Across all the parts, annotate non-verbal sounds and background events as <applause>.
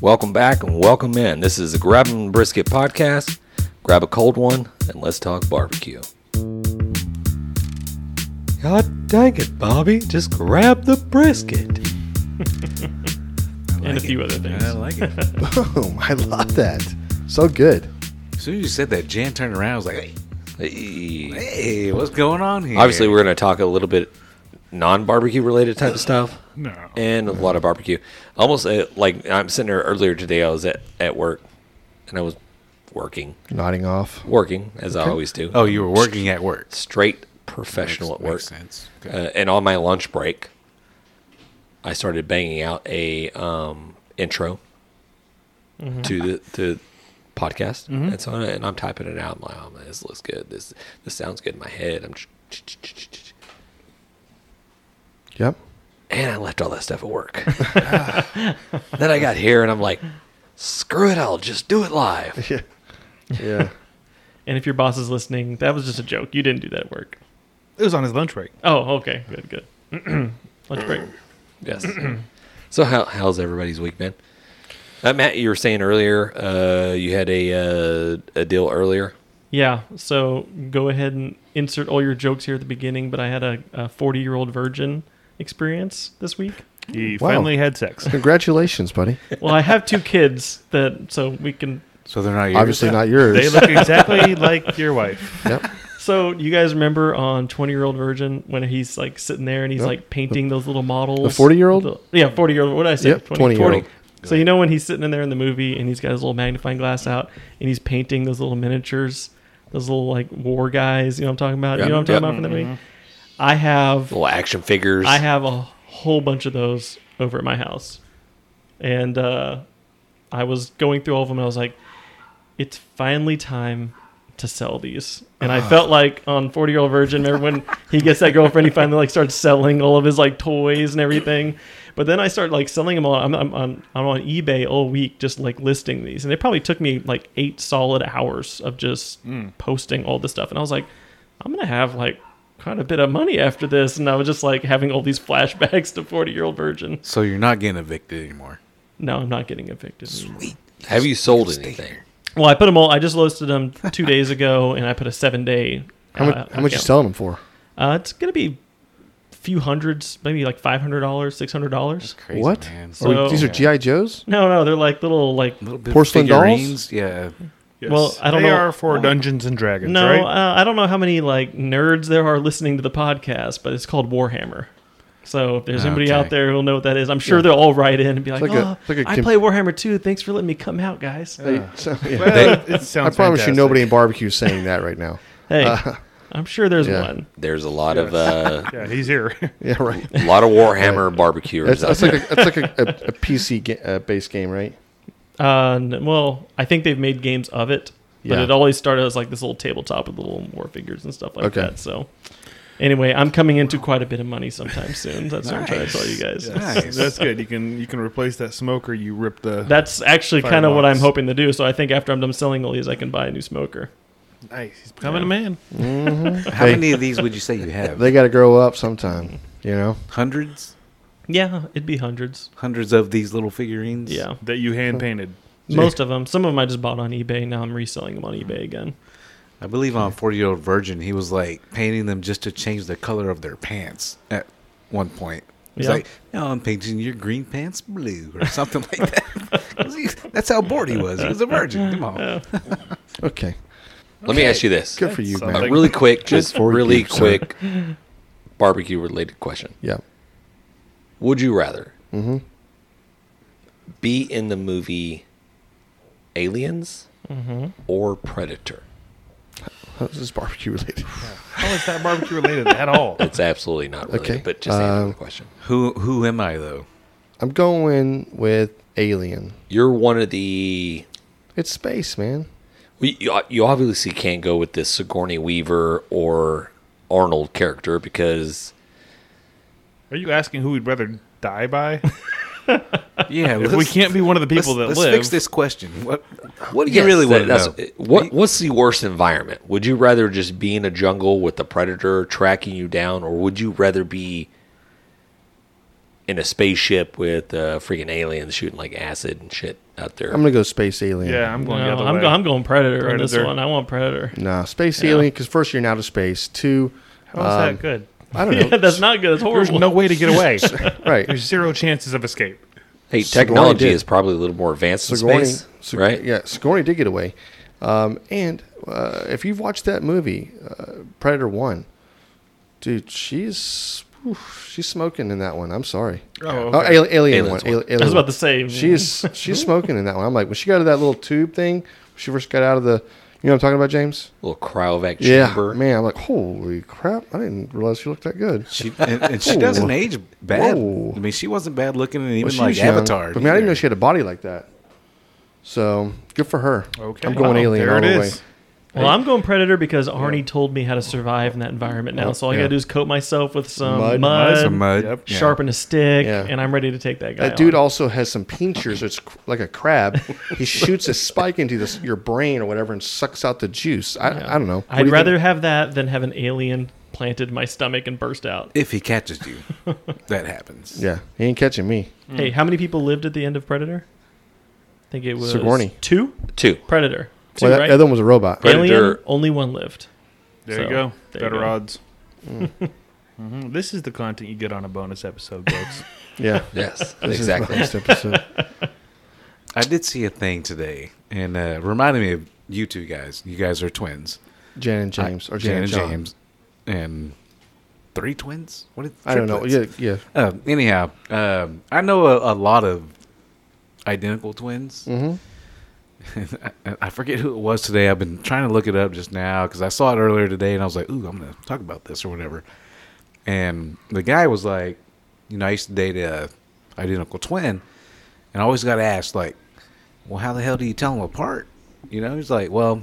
Welcome back and welcome in. This is the Grabbing Brisket Podcast. Grab a cold one and let's talk barbecue. God dang it, Bobby. Just grab the brisket. and a few other things. I like <laughs> it. Boom. Oh, I love that. So good. As soon as you said that, Jan turned around. I was like, hey, Hey. hey what's going on here? Obviously, we're going to talk a little bit non barbecue related type of <sighs> stuff no. and a lot of barbecue. Almost uh, like I'm sitting there earlier today, I was at, at work and I was working, Nodding off. working as I always do. Oh, you were working at work. straight professional at Makes- work. makes sense. Okay. Uh, and on my lunch break, I started banging out a um, intro to the to podcast. That's on it, and I'm typing it out. I'm like, oh man, this looks good. This this sounds good in my head. I'm, ch- Yep. and I left all that stuff at work. then I got here, and I'm like, screw it, I'll just do it live. Yeah. Yeah. And if your boss is listening, that was just a joke. You didn't do that at work. It was on his lunch break. Oh, okay. Good, good. <clears throat> Lunch break. Yes. so how how's everybody's week been? Uh, Matt, you were saying earlier uh, you had a uh, a deal earlier. Yeah. So go ahead and insert all your jokes here at the beginning. But I had a- a 40 year old virgin experience this week. He Wow. finally had sex. Congratulations, buddy. Well, I have two kids that, so we can. So they're not yours? Obviously not yours. They look exactly like your wife. Yep. So you guys remember on 20 year old virgin when he's like sitting there and he's Yep. like painting those little models? 40-year-old? The- Yeah, 40 year old. What did I say? Yep, 20-year-old. So you know when he's sitting in there in the movie and he's got his little magnifying glass out and he's painting those little miniatures, those little like war guys. You know what I'm talking about? Yep, You know what I'm talking yep. about from the movie? I have Little action figures. I have a whole bunch of those over at my house. And uh, I was going through all of them and I was like, it's finally time to sell these. And I felt like on 40 Year Old Virgin, remember when he gets that girlfriend, he finally like starts selling all of his like toys and everything. But then I started like selling them all. I'm, I'm, on, I'm on eBay all week just like listing these. And it probably took me like eight solid hours of just posting all this stuff. And I was like, I'm gonna have like quite a bit of money after this, and I was just like having all these <laughs> flashbacks to Forty Year Old Virgin. So you're not getting evicted anymore. No, I'm not getting evicted. Have you sold anything? Well, I put them all. I just listed them two <laughs> days ago, and I put a seven day. How much, uh, <laughs> how much you account. selling them for? Uh, it's gonna be a few hundreds, maybe like five hundred dollars, six hundred dollars. Crazy, what? man. Are we- So- these are G.I. Joes? No, no, they're like little like. Little bit Porcelain dolls? figurines, Yeah. Well, I don't they know- Oh. are for Dungeons and Dragons, No, right? uh, I don't know how many like nerds there are listening to the podcast, but it's called Warhammer. So if there's anybody Okay. out there who'll know what that is, I'm sure they'll all write in and be like, like a- "Oh, it's like a I com- play Warhammer too. Thanks for letting me come out, guys." <laughs> They- so- yeah. Well, it I sounds promise you, nobody in barbecue is saying that right now. Hey, I'm sure there's Uh, yeah. one. There's a lot of uh, fantastic. Yeah, he's here. Yeah, right. a lot of <laughs> Warhammer barbecuers. That's, Out that's there. like, a, that's like a, a, a PC ga- uh, base game, right? Uh, n- well, I think they've made games of it, but Yeah. it always started as like this little tabletop with little war figures and stuff like Okay. that. So, anyway, I'm coming into quite a bit of money sometime soon. That's what I'm trying to tell you guys. Nice. <laughs> That's good. You can you can replace that smoker you ripped the That's actually kind of what I'm Firebox. hoping to do. So I think after I'm done selling all these, I can buy a new smoker. nice. He's becoming a man. How Hey. many of these would you say you have? <laughs> They got to grow up sometime, you know? hundreds? Yeah, it'd be hundreds. Hundreds of these little figurines? Yeah, That you hand painted. most of them. Some of them I just bought on eBay. Now I'm reselling them on eBay again. I believe on 40 Year Old Virgin, he was like painting them just to change the color of their pants at one point. He's Yeah. like, no, I'm painting your green pants blue or <laughs> something like that. <laughs> 'Cause he- That's how bored he was. He was a virgin. Come on. Okay. Let me ask you this: Good for you, Something. a man. really quick, just for really you, sir. quick barbecue related question. Yeah. Would you rather Mm-hmm. be in the movie Aliens Mm-hmm. or Predator? How's this barbecue <laughs> related? How is that barbecue related at all? It's absolutely not related, Okay. but just answer Um, the question. Who who am I, though? I'm going with Alien. You're one of the. It's space, man. well, You, you obviously can't go with this Sigourney Weaver or Arnold character because Are you asking who we'd rather die by? <laughs> Yeah, If we can't be one of the people that let's, live. Let's fix this question. What what do you Yes, really that- want to know? that's- What what's the worst environment? Would you rather just be in a jungle with a predator tracking you down, or would you rather be in a spaceship with uh, freaking aliens shooting like acid and shit out there. I'm gonna go space alien. Yeah, I'm going No, the other I'm, way. go- I'm going Predator, on this Predator. one. I want Predator. Nah, space Yeah. alien. Because first you're not out of space. Two, How is Um, that good? <laughs> I don't know. Yeah, that's not good. That's There's horrible. no way to <laughs> get away. right. There's zero chances of escape. hey, Sigourney technology did. is probably a little more advanced in space, Sig- right? Yeah, Sigourney did get away. Um, and uh, if you've watched that movie, uh, Predator One, dude, she's oof, she's smoking in that one. I'm sorry. Oh, Oh, okay. Ali- alien, Aliens one. one. Al- Alien I was one. about to say She is <laughs> she's smoking in that one. I'm like when she got to that little tube thing, she first got out of the. You know what I'm talking about, James? Little cryovac Yeah, chamber. man. I'm like, holy crap! I didn't realize she looked that good. She and, and she doesn't Ooh. age bad. Whoa. I mean, she wasn't bad looking, and even Well, she like was young, Avatar. but I mean, I didn't know either. she had a body like that. So good for her. Okay. I'm going Wow, alien there all it the is. way. Well, I'm going Predator because Arnie told me how to survive in that environment now. Oh, So all I yeah. gotta do is coat myself with some Mud. mud, Some mud. Yep. yeah. sharpen a stick, Yeah. and I'm ready to take that guy. That dude on. also has some pinchers. It's cr- like a crab. He shoots a spike into this, your brain or whatever and sucks out the juice. I, I don't know. What do I'd you rather think? have that than have an alien planted in my stomach and burst out. If he catches <laughs> you, that happens. Yeah, he ain't catching me. Hmm. Hey, how many people lived at the end of Predator? I think it was Sigourney. two. Two. Predator. Two, Well, that, right? other one was a robot. Right. Alien. Predator- Only one lived. There So, you go. there you Better go. Mm. odds. <laughs> Mhm. This is the content you get on a bonus episode, folks. Yeah, <laughs> Yes, This is exactly. the next episode. I did see a thing today, and uh, reminded me of you two guys. You guys are twins, Jan and James or Jan, Jan and John. James, and three twins. What? Are, I don't know. triplets? Yeah, yeah. Um, anyhow, um, I know a, a lot of identical twins. Mhm. I, <laughs> I forget who it was today. I've been trying to look it up just now because I saw it earlier today, and I was like, "Ooh, I'm gonna talk about this or whatever." And the guy was like, "You know, I used to date a identical twin, and I always got asked like, well, how the hell do you tell them apart?' You know, he's like, well,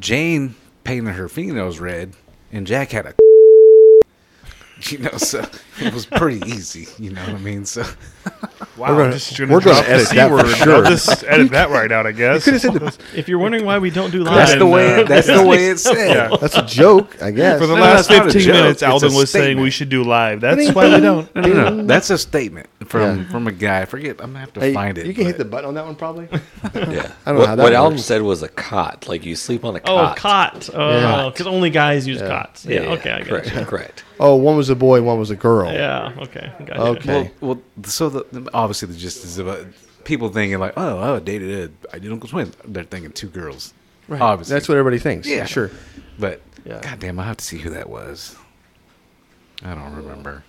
Jane painted her fingernails red, and Jack had a." <laughs> You know, so it was pretty easy. You know what I mean? <laughs> So Wow, gonna- just we're gonna drop the edit C that for word. I'll sure. just edit that right out, I guess. If you're wondering why we don't do live, that's the And, way. uh, That's the way <laughs> it's said. Yeah. That's a joke, I guess. For the No, last that's not a 15 joke. minutes, It's a Alden was saying statement. we should do live. That's why we don't. No, no, no. That's a statement from Yeah. from a guy. I forget. I'm gonna have to Hey, find it. You can hit the but- button on that one probably. Yeah. <laughs> I don't know what, how that what Alden works. said was a cot. Like you sleep on a Oh, cot. cot. Oh, Yeah. because only guys use cots. Yeah. Yeah, yeah, okay, I got correct, you. correct. Oh, one was a boy, one was a girl. Yeah. Okay. I Got You. Okay. <laughs> Well, so the, obviously the gist is about people thinking like, oh, I dated a identical twin. They're thinking two girls. Right. Obviously, That's what everybody thinks. Yeah. Yeah, sure. But Yeah. goddamn, I have to see who that was. I don't remember.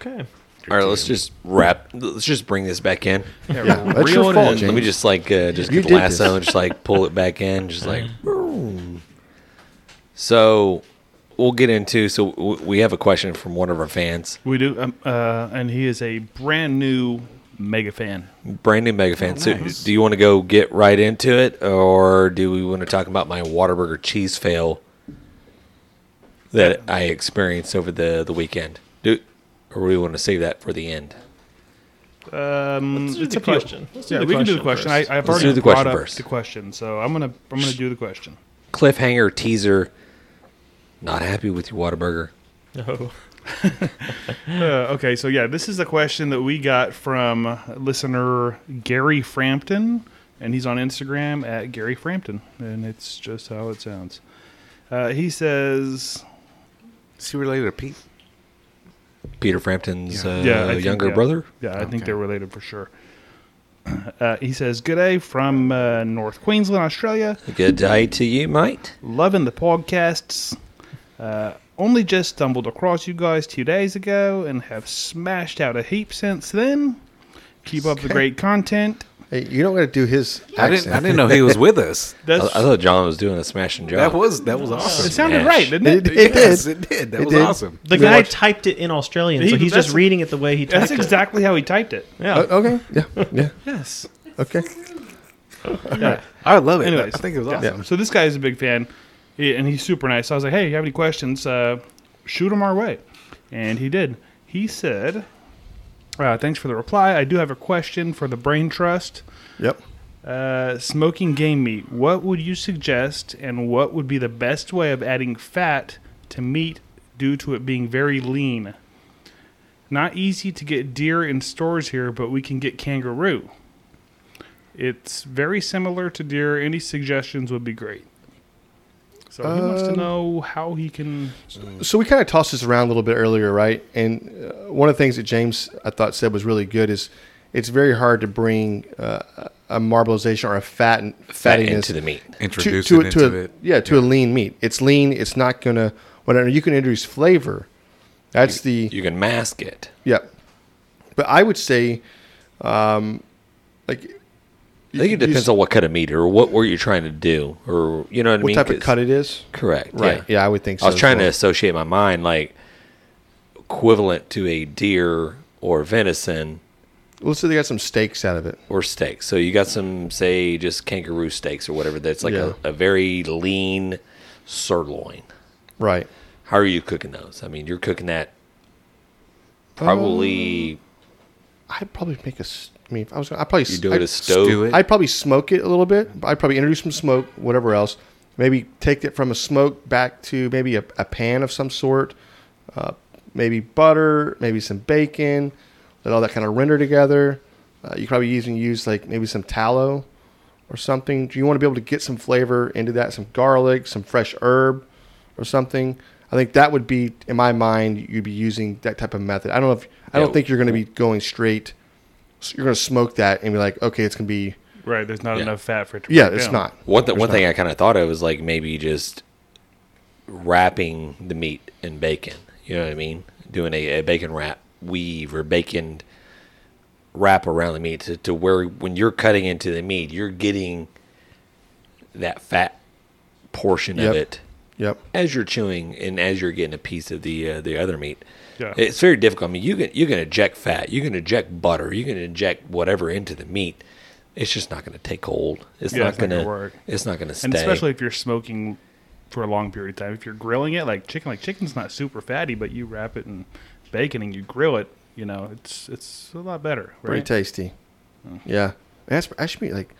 Okay. All right, let's just wrap. Let's just bring this back in. Yeah, that's Reel your it fault, in. James. Let me just like uh, just You get did the lasso this. and just like pull it back in, just like. boom. So, we'll get into. So w- we have a question from one of our fans, We do, um, uh, and he is a brand new mega fan. brand new mega fan. nice. So, do you want to go get right into it, or do we want to talk about my Waterburger cheese fail that I experienced over the the weekend? Do or we want to save that for the end? Um, Let's do it's the a few- question. Let's do yeah, the we can do the question question. first. I, I've Let's already do the brought question up first. the question, so I'm gonna I'm gonna do the question. Cliffhanger teaser. Not happy with your Waterburger. No. Uh, okay, so yeah, this is a question that we got from listener Gary Frampton, and he's on Instagram at Gary Frampton, and it's just how it sounds. Uh, he says, See you later, Pete. Peter Frampton's uh, Yeah, I think, younger yeah. brother. Yeah, I Okay. think they're related for sure. <clears throat> Uh, he says, Good day from uh, North Queensland, Australia. Good day to you, mate. Loving the podcasts. Uh, only just stumbled across you guys two days ago and have smashed out a heap since then. Keep up the great content. Hey, you don't got to do his. Accent. I didn't. I didn't know he was with <laughs> us. I, That's, I thought John was doing a smashing job. That was that was awesome. it sounded Smash. right, didn't it? It- <laughs> it yes, did. it did. That It was did. awesome. The We guy watched- typed it in Australian, He- so he's that's- just reading it the way he typed That's exactly how he typed it. it. Yeah. O- okay. Yeah. Yeah. Yes. Okay. Yeah. I love it. Anyways, I think it was yeah. awesome. So this guy is a big fan, he- and he's super nice. So I was like, "Hey, you have any questions? Uh, shoot them our way," and he did. He said, uh, "Thanks for the reply. I do have a question for the Brain Trust. Yep. Uh, smoking game meat. What would you suggest, and what would be the best way of adding fat to meat due to it being very lean?" Not easy to get deer in stores here, but we can get kangaroo. It's very similar to deer. Any suggestions would be great. So he wants to Um, know how he can. So we kind of tossed this around a little bit earlier, right? And uh, one of the things that James I thought said was really good is it's very hard to bring uh, a marbleization or a fat Fat fattiness into the meat. Introduce to, to, it a- into to a, it. Yeah, to a lean meat. It's lean. It's not gonna whatever. You can introduce flavor. That's the You can mask it. yeah. But I would say, um, like, I think it depends on what kind of meat or what were you trying to do or you know what, I what mean. type of 'Cause- cut it is. Correct. Right. Yeah. Yeah, I would think. so I was as trying to well. associate my mind like equivalent to a deer or venison Well, Let's say they got some steaks out of it. or steak. So you got some say just kangaroo steaks or whatever. That's like Yeah. a, a very lean sirloin. Right. How are you cooking those? I mean, you're cooking that probably. Um, I'd probably make a. s- I mean, if I was. Gonna, I probably. you s- do I'd- it as stove. stew it. I'd probably smoke it a little bit. but I'd probably introduce some smoke, whatever else. Maybe take it from a smoke back to maybe a, a pan of some sort. Uh, maybe butter, maybe some bacon. Let all that kind of render together. Uh, you could probably even use like maybe some tallow or something. Do you want to be able to get some flavor into that? Some garlic, some fresh herb or something. I think that would be, in my mind, you'd be using that type of method. I don't know if I don't Yeah. think you're going to be going straight. so You're going to smoke that and be like, okay, it's going to be Right, there's not Yeah. enough fat for it to. yeah, break it's down. not. One, th- one thing I kind of thought of was like maybe just wrapping the meat in bacon. You know what I mean? Doing a, a bacon wrap weave or bacon wrap around the meat to, to where when you're cutting into the meat, you're getting that fat portion Yep. of it Yep. as you're chewing and as you're getting a piece of the uh, the other meat. Yeah. It's very difficult. I mean, you can you can inject fat, you can inject butter, you can inject whatever into the meat. It's just not going to take hold. It's Yeah, not it's not going gonna to work. It's not going to stay. And especially if you're smoking for a long period of time. If you're grilling it, like chicken, like chicken's not super fatty, but you wrap it in bacon and you grill it. You know, it's it's a lot better. Pretty Right? Mm. tasty. Yeah. That's that should be like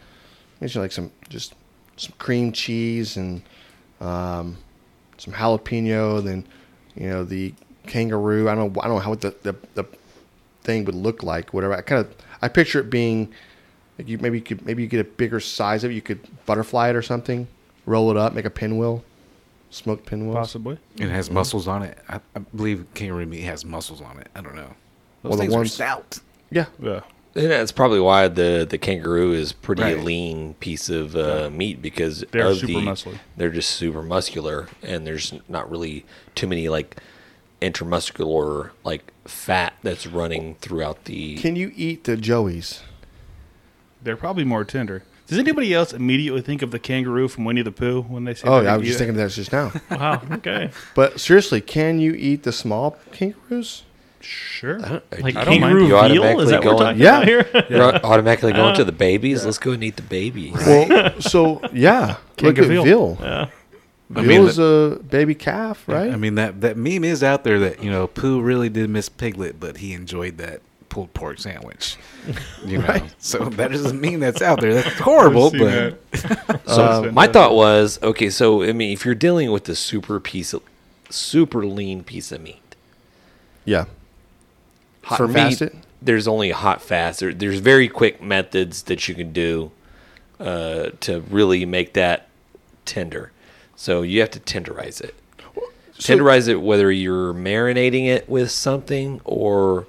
should like some just some cream cheese and um, some jalapeno, then you know the kangaroo. I don't I don't know how the the, the thing would look like. Whatever. I kind of I picture it being like you maybe you could maybe you get a bigger size of it. You could butterfly it or something, roll it up, make a pinwheel, smoked pinwheel. Possibly. It has muscles on it. I, I believe kangaroo meat has muscles on it. I don't know. Those Well, the things are ones- stout. Yeah. Yeah. And that's probably why the, the kangaroo is pretty Right. lean piece of uh, meat because They're of super the, muscly. They're just super muscular, and there's not really too many like intramuscular like fat that's running throughout the. Can you eat the joeys? They're probably more tender. Does anybody else immediately think of the kangaroo from Winnie the Pooh when they say? Oh, that yeah, I they was eat just it? thinking of that just <laughs> now. Wow. Okay. But seriously, can you eat the small kangaroos? Sure. Uh-huh. I don't- Like I don't mind kangaroo you veal? automatically Is that what we're going- talking Yeah. about here? You're au- automatically going to the babies. Let's go and eat the babies. <laughs> Well, so yeah, look at Kangaroo. veal. yeah. I Veal mean, is a baby calf, right? I mean that that meme is out there that you know Pooh really did miss Piglet, but he enjoyed that pulled pork <laughs> sandwich. You know, so that doesn't mean that's out there. That's horrible, seen but that. So Um, my thought was, okay, so I mean, if you're dealing with this super piece of super lean piece of meat, yeah, Hot for and fast me, it? there's only hot fast. There, there's very quick methods that you can do uh, to really make that tender. So you have to tenderize it. tenderize it whether you're marinating it with something or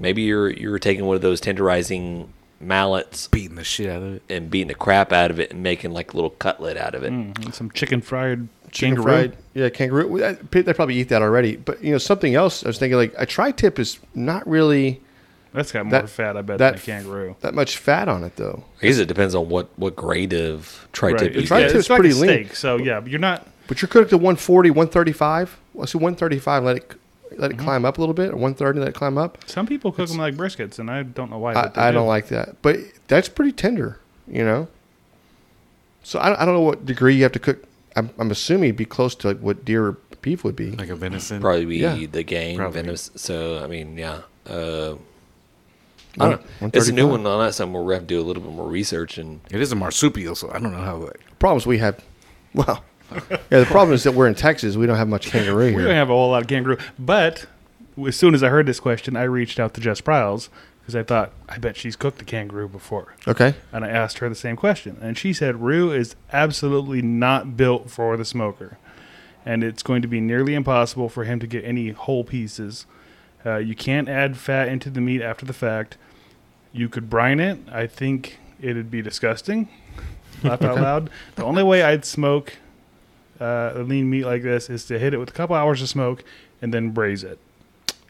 maybe you're you're taking one of those tenderizing mallets beating the shit out of it. and beating the crap out of it and making like a little cutlet out of it. Mm, some chicken fried chicken kangaroo. fried. Yeah, kangaroo. Well, that- They probably eat that already. But you know, something else. I was thinking like a tri-tip is not really That's got more That- fat, I bet, that than a kangaroo. that much fat on it though. I guess it depends on what what grade of tri-tip Right. you It's, try yeah, get. to- it's it's like pretty a lean. steak, so yeah, but you're not. But you're cooked to 140, 135. Let's do 135. Let it let it Mm-hmm. climb up a little bit, or 130. Let it climb up. Some people cook them like briskets, and I don't know why. I, but they I do. don't like that. But that's pretty tender, you know. So I, I don't know what degree you have to cook. I'm, I'm assuming it'd be close to like what deer or beef would be. Like a venison. probably be Yeah. the game Probably. Venom- So I mean, yeah. Uh, I don't know. One- It's a new 135. one on that something where we have to do a little bit more research and It is a marsupial, so I don't know how. Like, Problems we have. <laughs> Well, yeah. The problem is that we're in Texas. We don't have much kangaroo We don't here. have a whole lot of kangaroo, but as soon as I heard this question, I reached out to Jess Pryles because I thought, I bet she's cooked the kangaroo before. Okay. And I asked her the same question. And she said, Rue is absolutely not built for the smoker. And it's going to be nearly impossible for him to get any whole pieces. Uh, you can't add fat into the meat after the fact. You could brine it. I think it'd be disgusting. <laughs> Laugh out loud. The only way I'd smoke uh, a lean meat like this is to hit it with a couple hours of smoke and then braise it.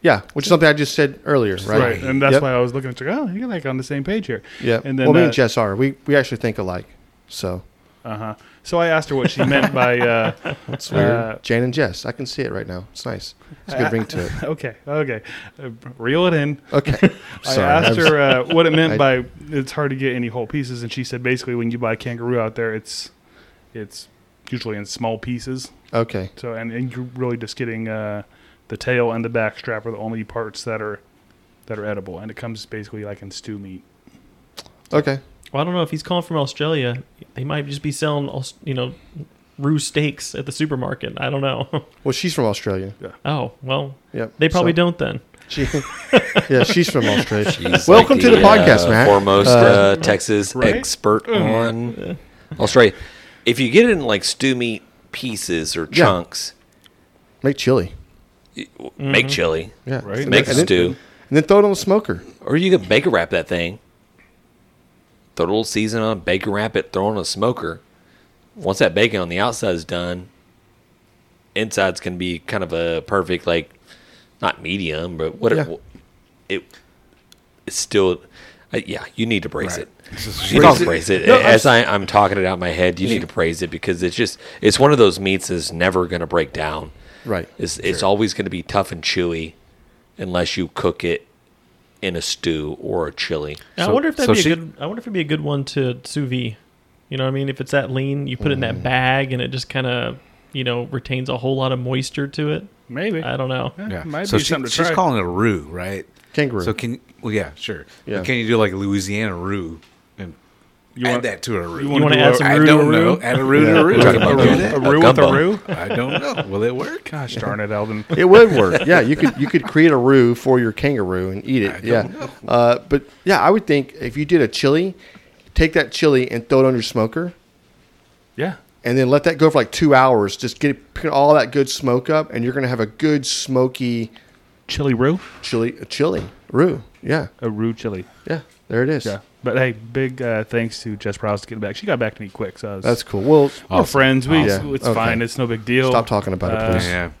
Yeah, which is something I just said earlier, right? Right. And that's Yep. why I was looking at you. Oh, you're like on the same page here. Yeah. And then, well, me uh, and Jess are. We we actually think alike. So Uh huh. So I asked her what she meant by. Uh, it's weird. Uh, Jane and Jess. I can see it right now. It's nice. It's a good ring to it. okay, okay, uh, reel it in. Okay. I Sorry. asked her uh, what <laughs> it meant I- by it's hard to get any whole pieces, and she said basically when you buy kangaroo out there, it's it's usually in small pieces. Okay. So and, and you're really just getting uh, the tail and the back strap are the only parts that are that are edible, and it comes basically like in stew meat. Okay. Well, I don't know if he's calling from Australia. They might just be selling, aus- you know, roux steaks at the supermarket. I don't know. <laughs> Well, she's from Australia. oh well, Yep. they probably So- don't then. She, yeah, she's from Australia. He's Welcome like to the podcast, uh, Matt. Foremost Uh, uh, Texas Right? expert on Australia. If you get it in like stew meat pieces or Yeah. chunks, Make chili. y- w- make chili, Yeah. Right. make a and then- stew, And then throw it on the smoker. or you could baker wrap that thing. Throw a little season on, baker wrap it, throw it on a smoker. Once that bacon on the outside is done, insides can be kind of a perfect like, not medium, but what Yeah. it, it it's still. Uh, yeah, you need to braise Right. it. It's just- You Praise need to it. praise it. No, As I, I'm talking it out in my head, you need to praise it because it's just it's one of those meats that's never going to break down. Right. It's it's always going to be tough and chewy, unless you cook it in a stew or a chili. Now, I So- wonder if that'd so be she- a good. I wonder if it'd be a good one to sous vide. You know what I mean? If it's that lean, you put it in Mm. that bag, and it just kind of, you know, retains a whole lot of moisture to it. Maybe Eh, I don't know. Yeah. might so be she- something to she's try. calling it a roux, right? Kangaroo. So can well, yeah, sure. But Yeah. Can you do like a Louisiana roux and You add want- that to a roux? wanna You want to do add a- some I roux to a don't roux? know. Add a roux to Yeah. a roux. Talking Can about you do gumbo. that? a a roux with a gumbo. roux. I don't know. Will it work? Gosh darn it, Alvin. It would work. Yeah, you could you could create a roux for your kangaroo and eat I it. don't Yeah, uh, but yeah, I would think if you did a chili, take that chili and throw it on your smoker, Yeah. and then let that go for like two hours. Just get pick all that good smoke up, and you're gonna have a good smoky Chili roux, chili a chili roux. Yeah, a roux chili. yeah, there it is. Yeah, but hey, big uh, thanks to Jess Prowse to get back. She got back to me quick, so I was, that's cool. Well, we're friends. We Awesome. it's Yeah, fine. okay. It's no big deal. stop talking about it, Uh, please. Yeah.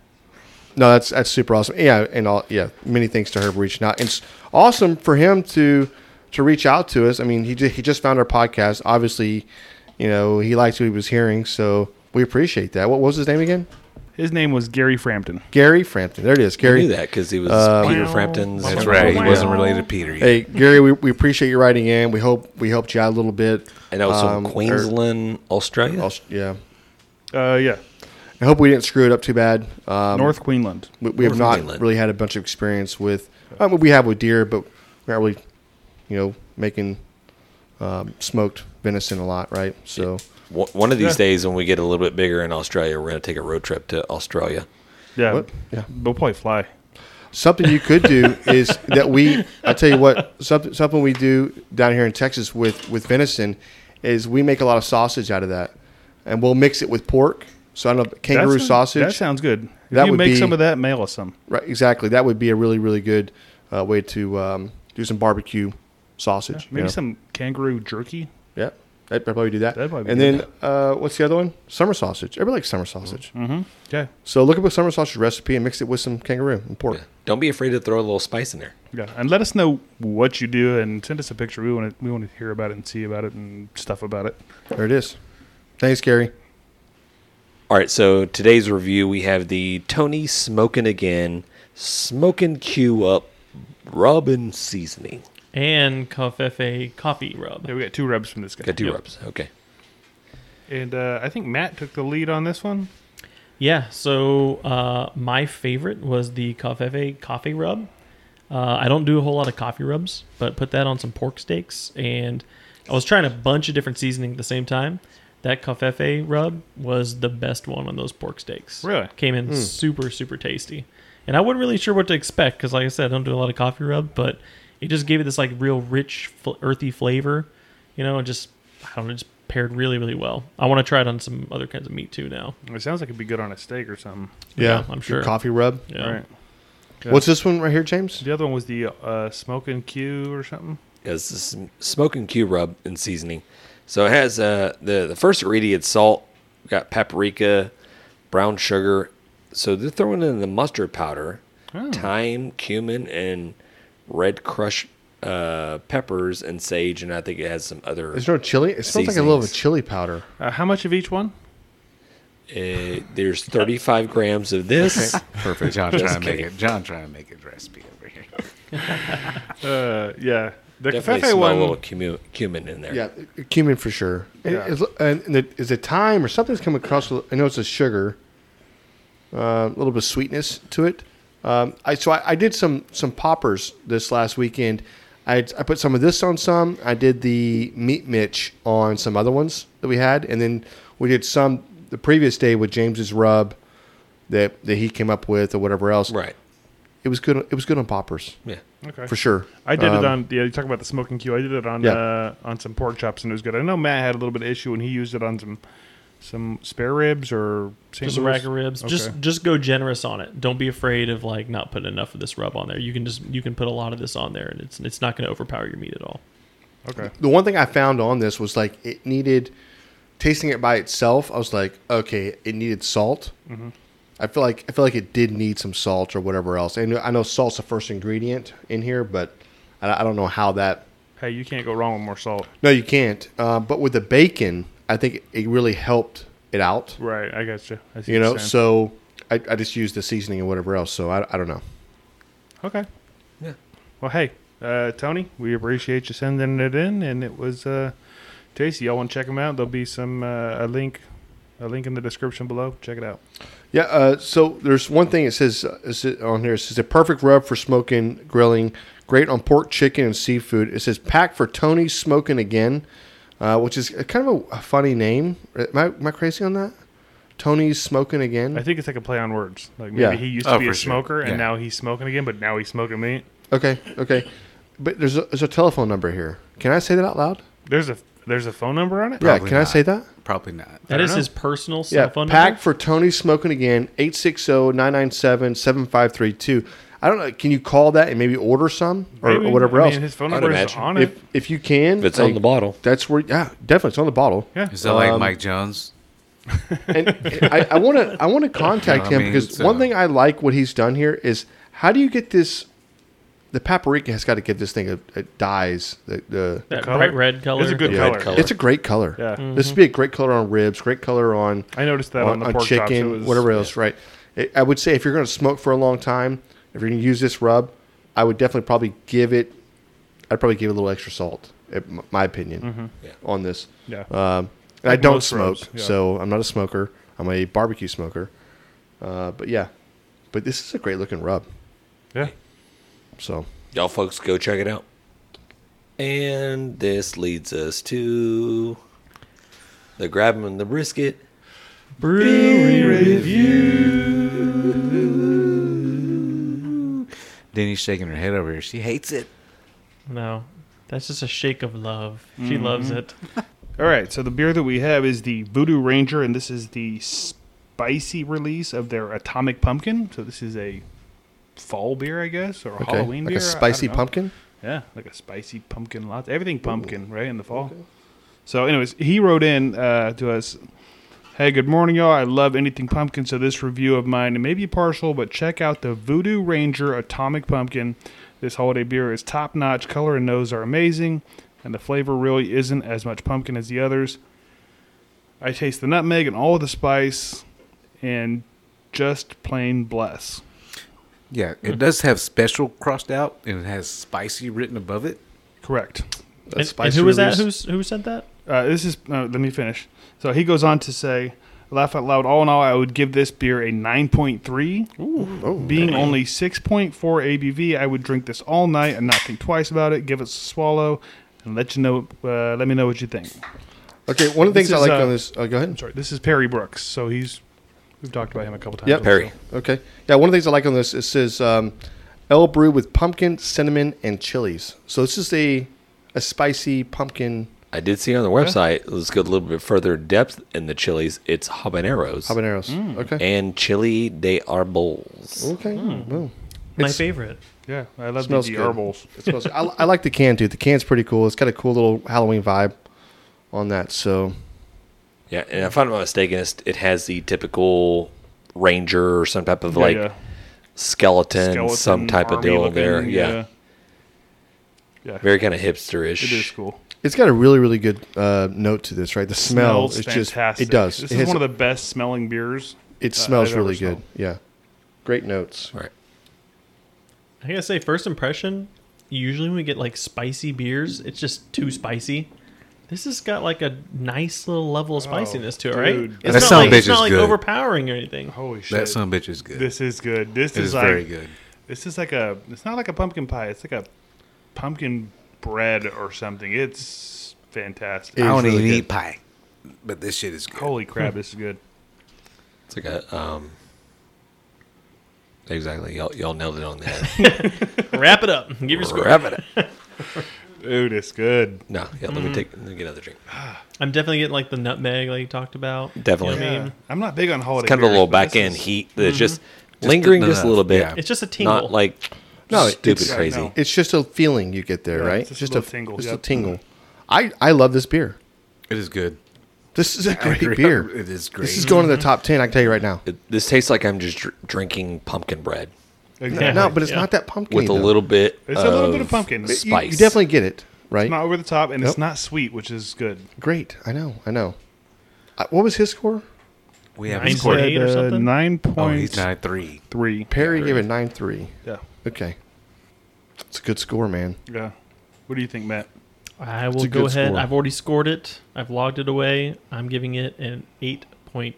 No, that's that's super awesome. Yeah, and all yeah, many thanks to her for reaching out. And it's awesome for him to to reach out to us. I mean, he ju- he just found our podcast. Obviously, you know he liked what he was hearing, so we appreciate that. What was his name again? His name was Gary Frampton. Gary Frampton. There it is, I Gary. knew that because he was Peter Frampton's. That's right. He wasn't related to Peter. Yet. Hey, Gary, we, we appreciate you writing in. We hope we helped you out a little bit. And also Um, or- Queensland, Australia. Aus- yeah, Uh, yeah, I hope we didn't screw it up too bad. Um, North Queensland. we, we have North not Queensland. really had a bunch of experience with. I mean, we have with deer, but we're not really, you know, making um, smoked venison a lot, right? So One- One of these Yeah. days, when we get a little bit bigger in Australia, we're going to take a road trip to Australia. Yeah, What? Yeah. We'll probably fly. something you could <laughs> do is that we. I tell you what, something something we do down here in Texas with with venison is we make a lot of sausage out of that, and we'll mix it with pork. So I don't know kangaroo That sounds- sausage. That sounds good. If That you would make be- some of that, mail us some. Right, exactly. That would be a really, really good uh, way to um, do some barbecue sausage. you Maybe know? some kangaroo jerky. Yeah, I'd probably do that. That'd probably and be then uh, what's the other one? Summer sausage. Everybody likes summer sausage. Yeah, So look up a summer sausage recipe and mix it with some kangaroo and pork. Don't be afraid to throw a little spice in there. yeah. And let us know what you do, and send us a picture. We want to we want to hear about it and see about it and stuff about it. There it is. Thanks, Gary. All right, so today's review we have the Tony Smoking Again, Smoking Q Up Robin Seasoning. And Covfefe coffee rub. Yeah, we got two rubs from this guy. Got two Yep. rubs. Okay. And uh, I think Matt took the lead on this one. Yeah, so uh, my favorite was the Covfefe coffee rub. Uh, I don't do a whole lot of coffee rubs, but put that on some pork steaks, and I was trying a bunch of different seasoning at the same time. That Covfefe rub was the best one on those pork steaks. Really? Came in super, super tasty. and I wasn't really sure what to expect because, like I said, I don't do a lot of coffee rub, but it just gave it this like real rich, fl- earthy flavor, you know, and just I don't know, just paired really, really well. I want to try it on some other kinds of meat too now. It sounds like it'd be good on a steak or something. Yeah, I'm Your sure. Coffee rub. Yeah. Right. Yeah. What's this one right here, James? The other one was the uh, smoking Q or something. is this smoking Q rub and seasoning. So it has uh, the the first ingredient salt, We've got paprika, brown sugar. So they're throwing in the mustard powder, Oh. thyme, cumin, and red crushed uh, peppers and sage, and I think it has some other. Is there no chili? It smells like a little bit of Seasonings. chili powder. Uh, how much of each one? uh, there's 35 grams of this. <laughs> Perfect. John Just trying to make kidding. it. John trying to make it recipe over here. Uh, yeah, the Definitely Cafefe smell one. a little cumin, cumin in there. Yeah, cumin for sure. And Yeah. Is, and the, is it thyme or something's come across? with- I know it's a sugar, uh, a little bit of sweetness to it. Um, I so I, I did some some poppers this last weekend. I, I put some of this on some. I did the meat mitch on some other ones that we had, and then we did some the previous day with James's rub that that he came up with or whatever else. Right. It was good. It was good on poppers Yeah. okay. for sure. I did Um, it on. Yeah, you talk about the smoking Q. I did it on Yeah. uh, on some pork chops and it was good. I know Matt had a little bit of issue when he used it on some some spare ribs or St. Just a Louis. rack of ribs. Just Okay. just go generous on it. Don't be afraid of like not putting enough of this rub on there. You can just you can put a lot of this on there, and it's it's not going to overpower your meat at all. Okay. the one thing I found on this was like it needed tasting it by itself. I was like, okay, it needed salt. I feel like I feel like it did need some salt or whatever else. And I know salt's the first ingredient in here, but I, I don't know how that. Hey, you can't go wrong with more salt. No, you can't. Uh, but with the bacon, I think it really helped it out. Right. I got you. I see You what know, you're saying. so I, I just used the seasoning and whatever else. So I, I don't know. Okay. Yeah. Well, hey, uh, Tony, we appreciate you sending it in, and it was uh, tasty. Y'all want to check them out? There'll be some uh, a link, a link in the description below. Check it out. Yeah. Uh, so there's one thing it says uh, it says on here. It says a perfect rub for smoking, grilling, great on pork, chicken, and seafood. It says pack for Tony's smoking again, uh, which is a- kind of a, a funny name. Uh, Am I, am I crazy on that? Tony's smoking again. I think it's like a play on words. Like maybe Hmm. Yeah. he used Oh, to be for a sure. smoker, and Yeah. now he's smoking again, but now he's smoking meat. okay. Okay. But there's a, there's a telephone number here. Can I say that out loud? There's a there's a phone number on it. yeah. Probably Can I not. say that? Probably not. That don't is know. his personal cell Yeah, phone pack number. for Tony Smoking again, 860-997-7532. I don't know. Can you call that and maybe order some or, Maybe. or whatever I else? mean, his phone I'd number is imagine. on it. if if you can, If it's like, on the bottle. That's where, yeah, definitely, it's on the bottle. yeah. Is that like Um, Mike Jones? And I want to, I <laughs> want to contact I him mean, because it's, one uh, thing I like what he's done here is how do you get this? The paprika has got to get this thing a, a dyes. The, the that color? bright red color. It's a good Yeah. color. Red color. it's a great color. Yeah. this would be a great color on ribs. Great color on I noticed that on, on, the on pork chops. It chicken, was, whatever else. Right. It, I would say if you're going to smoke for a long time, if you're going to use this rub, I would definitely probably give it. I'd probably give it a little extra salt. in my opinion Mm-hmm. Yeah. on this. Yeah. Um, and I Like don't most smoke, rubs, yeah. so I'm not a smoker. I'm a barbecue smoker. Uh, but yeah, but this is a great looking rub. yeah. So Y'all folks go check it out. And this leads us to the grab 'em and the brisket. brewery Denny's shaking her head over here. She hates it. No, that's just a shake of love. She loves it. All right, so the beer that we have is the Voodoo Ranger, and this is the spicy release of their Atomic Pumpkin. So this is a fall beer, I guess, or a okay, Halloween like beer. a I- I spicy don't know. pumpkin. Yeah, like a spicy pumpkin latte. Everything pumpkin, right, in the fall. So, anyways, he wrote in uh, to us Hey, good morning, y'all. I love anything pumpkin, so this review of mine may be partial, but check out the Voodoo Ranger Atomic Pumpkin. This holiday beer is top notch. Color and nose are amazing, and the flavor really isn't as much pumpkin as the others. I taste the nutmeg and all of the spice, and just plain bless. Yeah, it does have special crossed out, and it has spicy written above it. Correct. That's And, and spicy who was that? Who's, release. who said that? Uh, this is no, let me finish. So he goes on to say, laugh out loud. All in all, I would give this beer a nine point three, oh, being only six point four ABV. I would drink this all night and not think twice about it. Give it a swallow, and let you know. Uh, let me know what you think. Okay, one of the This things I is, like uh, on this. Oh, go ahead. I'm sorry. This is Perry Brooks, so he's We've talked about him a couple times. Yep. Perry. Okay. Yeah, one of the things I like on this it says um, El Brew with pumpkin, cinnamon, and chilies. So this is a a spicy pumpkin I did see on the website. Let's go a little bit further in depth in the chilies. It's habaneros habaneros. Mm. Okay. and chili de arboles. okay. Mm. Boom. My It's- favorite. Yeah, I love Smells the good. herbals. <laughs> It smells- I, I like the can too. The can's pretty cool. It's got a cool little Halloween vibe on that. So Yeah, and if I'm not mistaken, it's, it has the typical ranger or some type of Yeah, like yeah. Skeleton, some type of army deal looking, there. Yeah, yeah, very kind of hipsterish. It is cool. it's got a really really good uh, note to this, right? The smell Smells is just fantastic. it does. This it, is has- one of the best smelling beers. it I- smells I've ever really good. smelled. Yeah. Great notes. All right. I gotta say, first impression. Usually when we get like spicy beers, it's just too spicy. This has got like a nice little level of spiciness to it, right? dude. It's not That son of like a it's bitch not is like good. overpowering or anything. Holy shit! That son of a bitch is good. this is good. This it is, is like very good. this is like a. It's not like a pumpkin pie. It's like a pumpkin bread or something. It's fantastic. It- I is don't really even good. eat pie, but this shit is good. Holy crap! This is good. It's like a um. Exactly, y'all, y'all nailed it on the head. <laughs> Wrap it up. Give your score. Grab it. Dude, it's good. No, yeah. Let Mm-hmm. me take let me get another drink. I'm definitely getting like the nutmeg like you talked about. Definitely. You know what I mean? I'm not big on holiday. Kind of a beers, little but back this end is- Mm-hmm. heat that's just lingering just a little bit. Yeah. It's just a tingle. Not like No, stupid it's- crazy. no. It's just a feeling you get there, Yeah, right? it's just a little tingle, Just yep. a tingle. I I love this beer. It is good. This is a I agree. <laughs> great beer. It is great. This is going to the top ten. I can tell you right now. It- this tastes like I'm just dr- drinking pumpkin bread Exactly. No, but it's Yeah. not that pumpkin. with a though. little bit. It's a little bit of pumpkin. You- you spice. You, you definitely get it, right? It's not over the top, and Yep. it's not sweet, which is good. Great. I know. I know. I, what was his score? we have Nine a score. point eight or something? Nine Oh, point he's nine three. three. Perry gave it nine three. Yeah, Okay, it's a good score, man. yeah. What do you think, Matt? I will a go good ahead. score. I've already scored it. I've logged it away. I'm giving it an 8.8.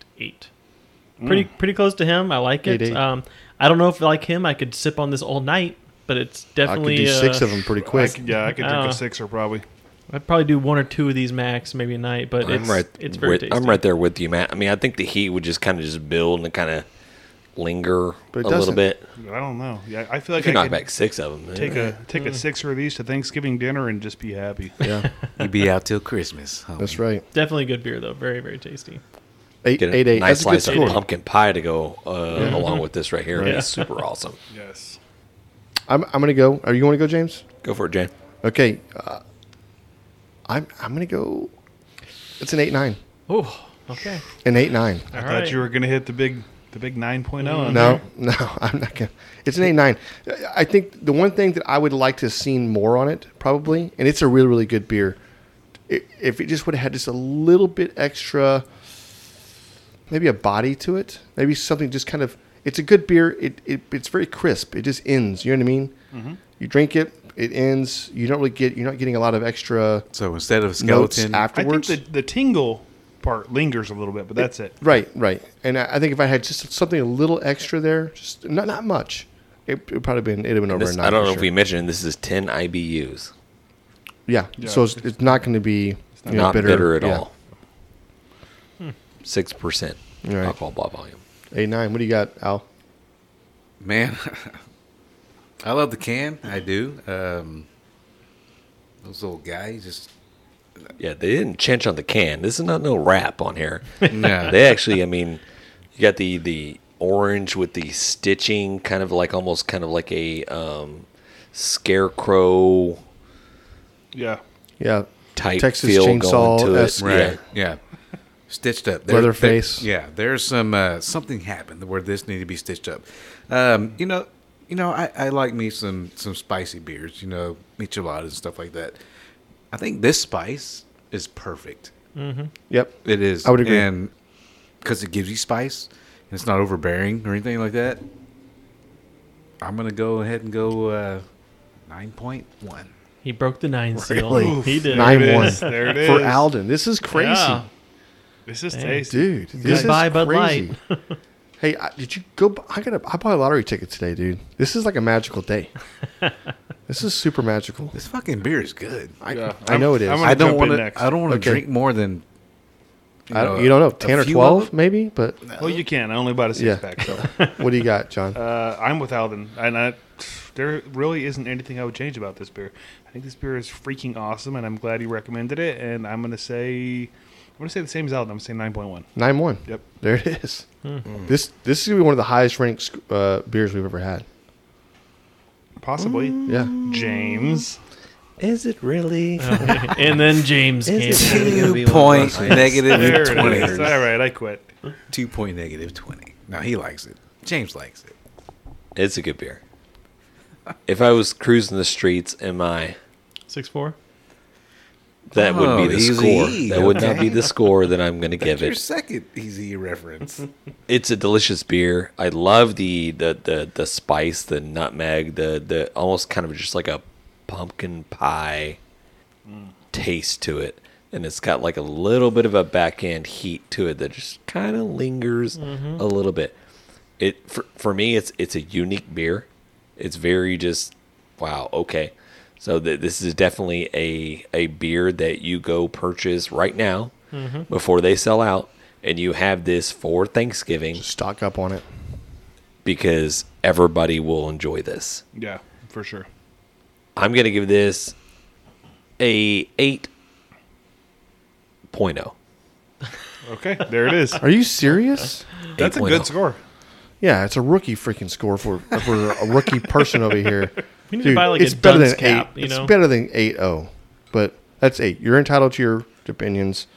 Pretty pretty close to him. I like it. Mm. Eight, eight. Um, I don't know if like him I could sip on this all night, but it's definitely I could do uh, six of them pretty quick. I could- yeah, I could drink Uh, a sixer probably. I'd probably do one or two of these max maybe a night, but I'm it's right. it's very with- tasty. I'm right there with you, Matt. I mean, I think the heat would just kind of just build and kind of linger But it a little doesn't. bit. I don't know. Yeah, I feel I like could I knock could back six of them. take a take a sixer of these to Thanksgiving dinner and just be happy. <laughs> yeah, You be out till Christmas. homie. that's right. Definitely good beer though. Very very tasty. Eight get a eight eight. nice that's slice a of good score. pumpkin pie to go uh, along with this right here. Yeah. It's super awesome. Yes. I'm I'm gonna go. Are you going to go, James? Go for it, Jan. Okay. Uh, I'm I'm gonna go. It's an eight nine. Oh, okay. An eight nine. I All thought right. you were gonna hit the big the big nine point oh. No, <laughs> no, I'm not gonna. It's an eight nine. I think the one thing that I would like to have seen more on it, probably, and it's a really really good beer. i- If it just would have had just a little bit extra, maybe a body to it, maybe something just kind of. It's a good beer. It, it it's very crisp. It just ends. You know what I mean? Mm-hmm. You drink it. It ends. You don't really get. You're not getting a lot of extra So instead of a notes skeleton, I think afterwards. the the tingle part lingers a little bit, but that's it. Right, right. And I, I think if I had just something a little extra there, just not not much, it would probably been it'd have been over This- a nine. I don't for know sure. if we mentioned this is 10 IBUs. Yeah. so it's, it's not going to be you know, not bitter, bitter, at yeah. all. Six percent Right. alcohol by volume. A nine. What do you got, Al? man, <laughs> I love the can. I do. Um, those little guys just Yeah, they didn't chinch on the can. This is not no wrap on here. <laughs> no. they actually, I mean, you got the the orange with the stitching, kind of like almost kind of like a um, scarecrow Yeah. Yeah. type Texas feel Chainsaw going to it. esque. Yeah. Right. Yeah. Stitched up. There- Leatherface. there- yeah. There's some uh, something happened where this needed to be stitched up. Um, you know, you know, I, I like me some some spicy beers. You know, micheladas and stuff like that. I think this spice is perfect. Yep. It is. I would agree. And because it gives you spice and it's not overbearing or anything like that. I'm gonna go ahead and go uh, nine point one. He broke the nine seal. Really? He did. Oh, Nine There it one is. There it is. for Alden. This is crazy, Yeah. This is tasty. dude. This Goodbye, is Bud crazy. <laughs> hey, I, did you go? bu- I got. a- I bought a lottery ticket today, dude. This is like a <laughs> magical day. this is super magical. This fucking beer is good. I, Yeah. I know it is. I'm- I'm gonna I don't jump want in to. next. I don't want to Okay. drink more than I know, don't, you don't know, a ten or few of twelve maybe. But Well, you can. I only bought a six Yeah. pack. So. <laughs> what do you got, John? Uh, I'm with Alden, and I, there really isn't anything I would change about this beer. I think this beer is freaking awesome, and I'm glad you recommended it. And I'm gonna say, I'm gonna say the same as Alden. I'm saying nine point one. Nine one. Yep. There it is. Hmm. Hmm. This this is gonna be one of the highest ranked sc- uh, beers we've ever had. Possibly, Yeah. James. Is it really? <laughs> <laughs> and then James Is it came. really gonna be <laughs> one of Two point those things? There negative it is. All twenty. right, I quit. Two point negative twenty. No, he likes it. James likes it. It's a good beer. If I was cruising the streets in my Six four. that would Oh, be the easy score. E, That would not okay. be the score that I'm going to give That's your it. second easy <laughs> reference. It's a delicious beer. I love the the the, the spice, the nutmeg, the the almost kind of just like a pumpkin pie taste to it. And it's got like a little bit of a back end heat to it that just kind of lingers a little bit. It for, for me, it's it's a unique beer. It's very just wow. Okay, so th- this is definitely a a beer that you go purchase right now before they sell out, and you have this for Thanksgiving Stock up on it. because everybody will enjoy this. Yeah, for sure. I'm gonna give this a eight point oh. Okay, <laughs> there it is. Are you serious? That's a 8.0. good score. Yeah, it's a rookie freaking score for for a rookie person over here. <laughs> We need to buy, like, a dunce cap, eight. you know? It's better than eight zero, but that's eight. You're entitled to your opinions.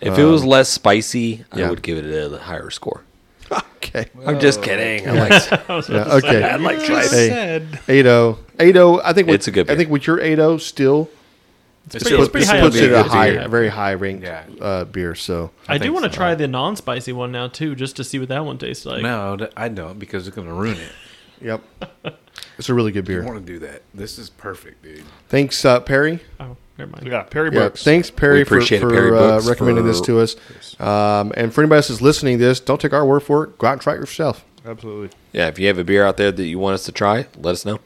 If it was less spicy, yeah. I would give it a higher score. Okay. I'm Oh, just kidding. I like <laughs> I was about to Yeah, say, okay. I like Just spicy. Hey, said. 8-0. 8-0, oh. I think It's a with- good I think beer. with your 8-0 still It's pretty- it's still- pretty this high puts up it there. a Good high, beer. a very high ranked Yeah. uh, beer. So I, do think want to so. try the non-spicy one now too, just to see what that one tastes like. no, th- I don't because it's gonna ruin it. <laughs> yep, it's a really good You beer. want to do that? This is perfect, dude. Thanks, uh, Perry. Oh, never mind. Yeah, Perry Yeah, Brooks. thanks, Perry, We for, appreciate it, for Perry uh, Brooks, recommending for- this to us. Um, and for anybody else that's listening to this, don't take our word for it. Go out and try it yourself. Absolutely. yeah, if you have a beer out there that you want us to try, let us know.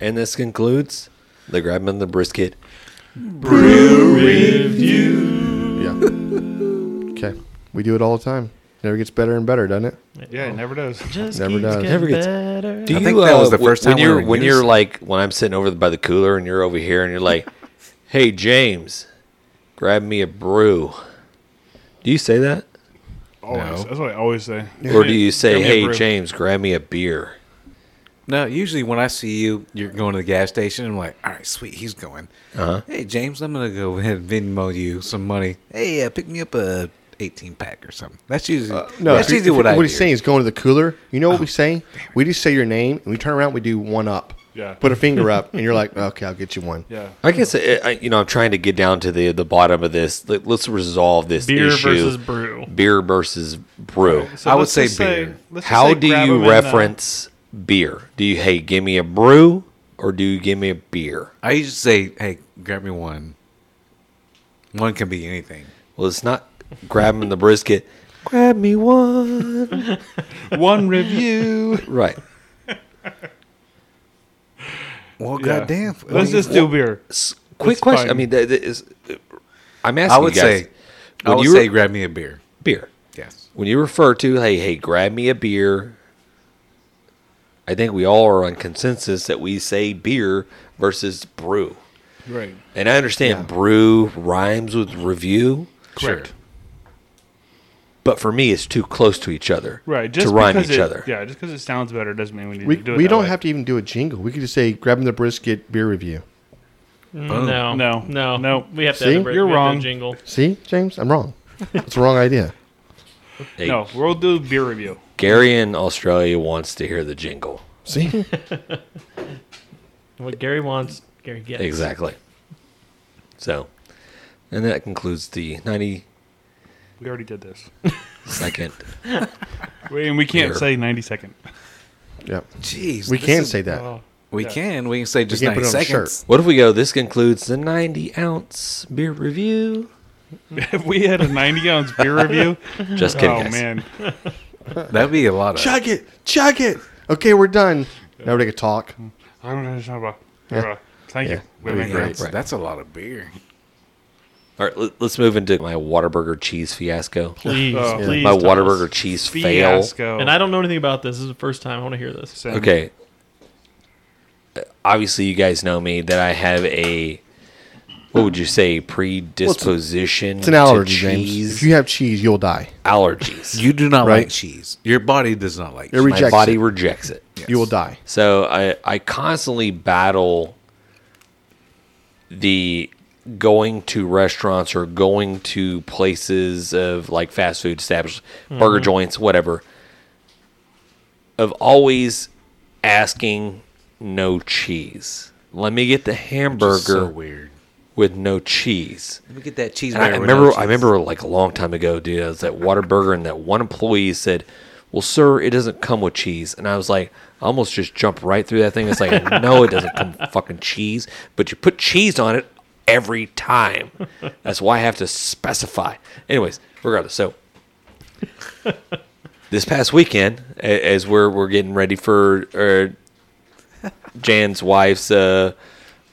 And this concludes the Grab and the Brisket. Yeah. <laughs> okay, we do it all the time. Never gets better and better, doesn't it? Yeah, it never does. Just Never keeps does. getting Never gets- better. Do I think that was the when- first time when we you're were in when you're unison. like when I'm sitting over by the cooler and you're over here and you're like, "Hey James, grab me a brew." Do you say <laughs> that, Always. No. That's what I always say. or do you say, Grab me a "Hey brew." James, grab me a beer"? No, usually when I see you, you're going to the gas station. I'm like, all right, sweet, he's going. Hey, James, I'm gonna go ahead and Venmo you some money. Hey, uh, pick me up a 18 pack or something. That's usually no, that's Uh, if- usually if- what I do. he's saying is going to the cooler. You know what Oh, we say? We just say your name and we turn around. We do one up. Yeah. Put a finger up, and you're like, okay, I'll get you one. Yeah. I guess uh, I, I, you know I'm trying to get down to the the bottom of this. Let, let's resolve this Beer issue. versus brew. Beer versus brew. So I would let's say just beer. let's just How say do grab 'em you and, uh, reference beer? Do you hey give me a brew or do you give me a beer? I usually say, hey, grab me one. One can be anything. Well, it's not grabbing the brisket. Grab me one. <laughs> one review. Right. Well, Yeah. goddamn. Let's just do beer. S- quick It's question. fine. I mean, that, that is, I'm asking. I would you guys, say, I when would you were- say, grab me a beer. beer. Yes. When you refer to hey hey, grab me a beer. I think we all are on consensus that we say beer versus brew, Right. and I understand brew rhymes with review, Correct. but for me, it's too close to each other. Right. Just to rhyme because each it, other. Yeah, just because it sounds better doesn't mean we need We, to do it. we that don't way. have to even do a jingle. We could just say, grabbing the brisket beer review. Mm, No, No. no, No. We have to. See? have a break. You're We have to wrong. Jingle. See, James, I'm wrong. It's the wrong idea. Hey, No, we'll do beer review. Gary in Australia wants to hear the jingle. <laughs> See, What Gary wants, Gary gets. Exactly. So, and that concludes the 90 We already <laughs> did this. second. We, and we can't Beer. say 90 second. <laughs> yeah, Jeez. we this can is- say that. We Yeah. can. We can say just We can't 90 put it on a shirt. seconds. what if we go? This concludes the 90 ounce beer review. if we had a 90 ounce beer review, Just kidding. oh guys. man, That'd be a lot of. Chug it, chug it. Okay, we're done. Now we can talk. I don't know what you're talking about. Yeah. Thank Yeah. I you. mean, Women Right, that's, right. that's a lot of beer. All right, let- let's move into my Waterburger cheese fiasco. Please, Oh. Yeah. please. my tell us. Waterburger cheese fail. Fiasco. And I don't know anything about this. This is the first time I want to hear this. Same. Okay. Uh, Obviously, you guys know me that I have a what would you say predisposition It's an allergy, to James. cheese If you have cheese, you'll die. allergies. You do not Right. like cheese. Your body does not like It cheese. my rejects body it. rejects it. You will die. So I I constantly battle the going to restaurants or going to places of like fast food establishments, Mm-hmm. burger joints, whatever. Of always asking no cheese. Let me get the hamburger It's so weird. with no cheese. Let me get that cheese. And I, I remember, I remember like a long time ago, dude. I was at Waterburger, and that one employee said, "Well, sir, it doesn't come with cheese." And I was like, I almost just jumped right through that thing. It's like, no, it doesn't come with fucking cheese, but you put cheese on it every time. That's why I have to specify. Anyways, regardless, so this past weekend, a- as we're we're getting ready for uh, Jan's wife's. Uh,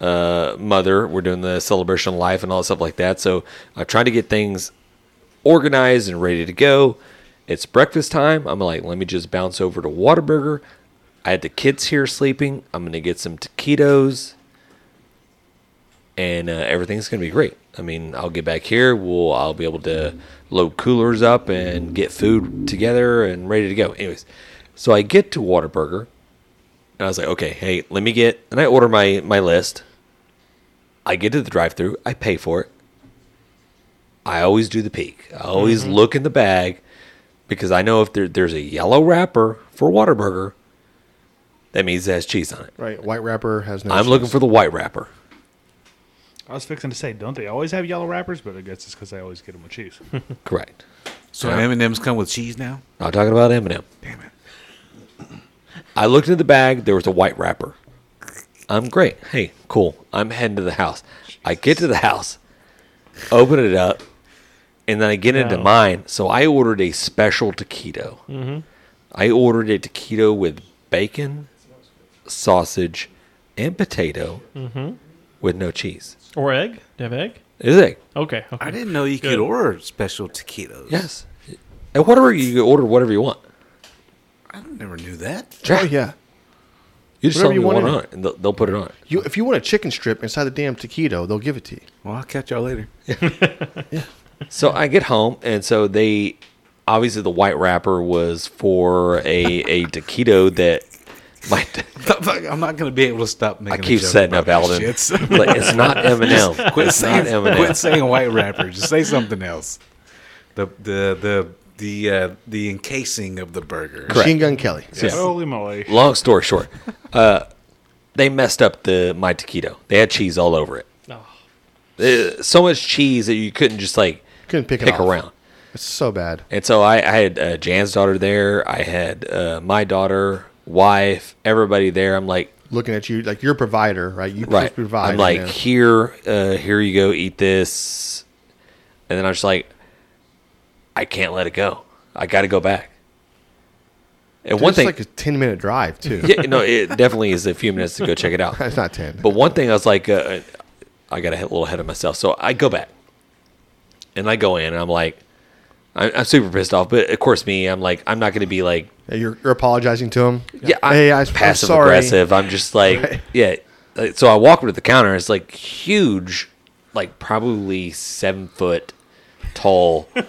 uh, mother. We're doing the celebration of life and all that stuff like that. So I'm trying to get things organized and ready to go. It's breakfast time. I'm like, let me just bounce over to Whataburger. I had the kids here sleeping. I'm going to get some taquitos and uh, everything's going to be great. I mean, I'll get back here. We'll, I'll be able to load coolers up and get food together and ready to go. Anyways, so I get to Whataburger and I was like, okay, hey, let me get, and I order my, my list. I get to the drive through. I pay for it. I always do the peek. I always look in the bag because I know if there, there's a yellow wrapper for Whataburger, that means it has cheese on it. Right. White wrapper has no. I'm looking for the white wrapper. I was fixing to say, don't they always have yellow wrappers? But I guess it's because I always get them <laughs> with cheese. Correct. So M and M's come with cheese now. Not talking about M&M. Damn it. I looked into the bag. There was a white wrapper. I'm great. Hey, cool. I'm heading to the house. I get to the house, open it up, and then I get into Wow. mine. So I ordered a special taquito. I ordered a taquito with bacon, sausage, and potato with no cheese. Or egg? Do you have egg? Is it? Okay. okay. I didn't know you Good. could order special taquitos. Yes. At whatever you can order whatever you want. I never knew that. Oh yeah. You just Whatever tell you them want you in want it, and they'll, they'll put it on. You, if you want a chicken strip inside the damn taquito, they'll give it to you. Well, I'll catch y'all later. So I get home, and so they obviously the white wrapper was for a <laughs> a taquito that my I'm not going to be able to <laughs> stop I making. keep setting up Alden. <laughs> It's, Shits. like, it's not Eminem. quit it's not saying Eminem. quit saying white wrapper. Just say something else. The the the the uh, the encasing of the burger. Machine Gun Kelly. Yeah. Holy moly! Long story short, uh, they messed up the my taquito. They had cheese all over it. Oh. Uh, so much cheese that you couldn't just like Couldn't pick it pick off. around. It's so bad. And so I, I had uh, Jan's daughter there. I had uh, my daughter, wife, everybody there. I'm like, Looking at you like your provider, right? You right. provide. I'm like, you know. here, uh, here you go, eat this, and then I'm just like, I can't let it go. I got to go back. And Dude, one it's thing, like a ten minute drive too. <laughs> yeah, no, it definitely is a few minutes to go check <laughs> it out. It's not ten. But one thing I was like, uh, I got a little ahead of myself, so I go back, and I go in, and I'm like, I'm, I'm super pissed off. But of course, me, I'm like, I'm not going to be like Yeah, you're, you're apologizing to him. yeah, I'm hey, I, am passive sorry. aggressive. I'm just like, <laughs> yeah. Like, So I walk up to the counter. It's like huge, like probably seven foot tall <laughs>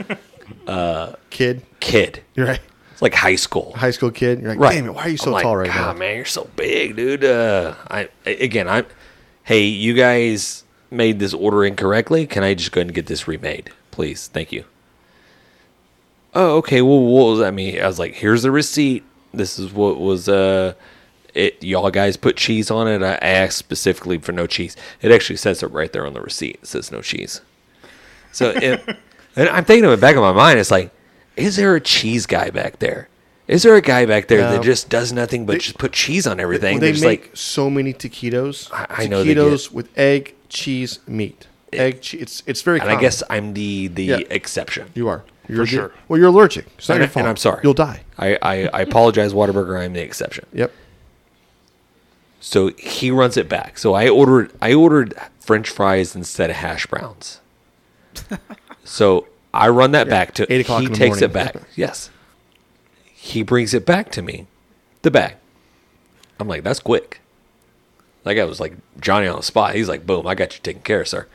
kid. kid. You're right. It's like high school. High school kid. You're like, Right. damn it, why are you so I'm like, tall right God, now? man, you're so big, dude. Uh, I a- again, I'm. Hey, you guys made this order incorrectly. Can I just go ahead and get this remade, please? Thank you. Oh, okay. Well, what was that mean? I was like, here's the receipt. This is what was uh, it. Y'all guys put cheese on it. I asked specifically for no cheese. It actually says it right there on the receipt. It says no cheese. So, <laughs> it, and I'm thinking of it back of my mind. It's like, is there a cheese guy back there? Is there a guy back there No. that just does nothing but just put cheese on everything? Well, they There's make like, so many taquitos. I- I taquitos know they did. with egg, cheese, meat. Egg, che- it's it's very. and common. I guess I'm the the Yeah. exception. you are. You're For sure. Well, you're allergic. It's not And, your I- fault. and I'm sorry. You'll die. I, I, I apologize, Whataburger. I'm the exception. Yep. So <laughs> he runs it back. So I ordered I ordered French fries instead of hash browns. So I run that Yeah, back to eight o'clock He in the takes it morning. back. Yes. He brings it back to me, the bag. I'm like, that's quick. That guy was like Johnny on the spot. He's like, boom, I got you taken care of, sir.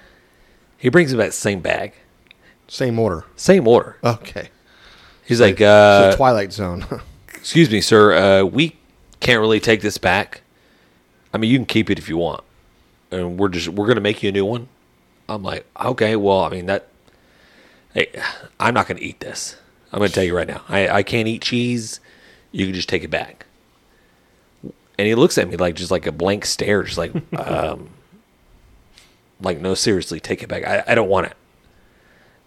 He brings it back, same bag, Same order. same order. Okay. He's like, So uh, Twilight Zone. <laughs> excuse me, sir, uh, we can't really take this back. I mean, you can keep it if you want, and we're just we're gonna make you a new one. I'm like, okay, well, I mean that. Hey, I'm not gonna eat this. I'm gonna tell you right now, I, I can't eat cheese. You can just take it back. And he looks at me like just like a blank stare, just like, um, like no, seriously, take it back. I, I don't want it.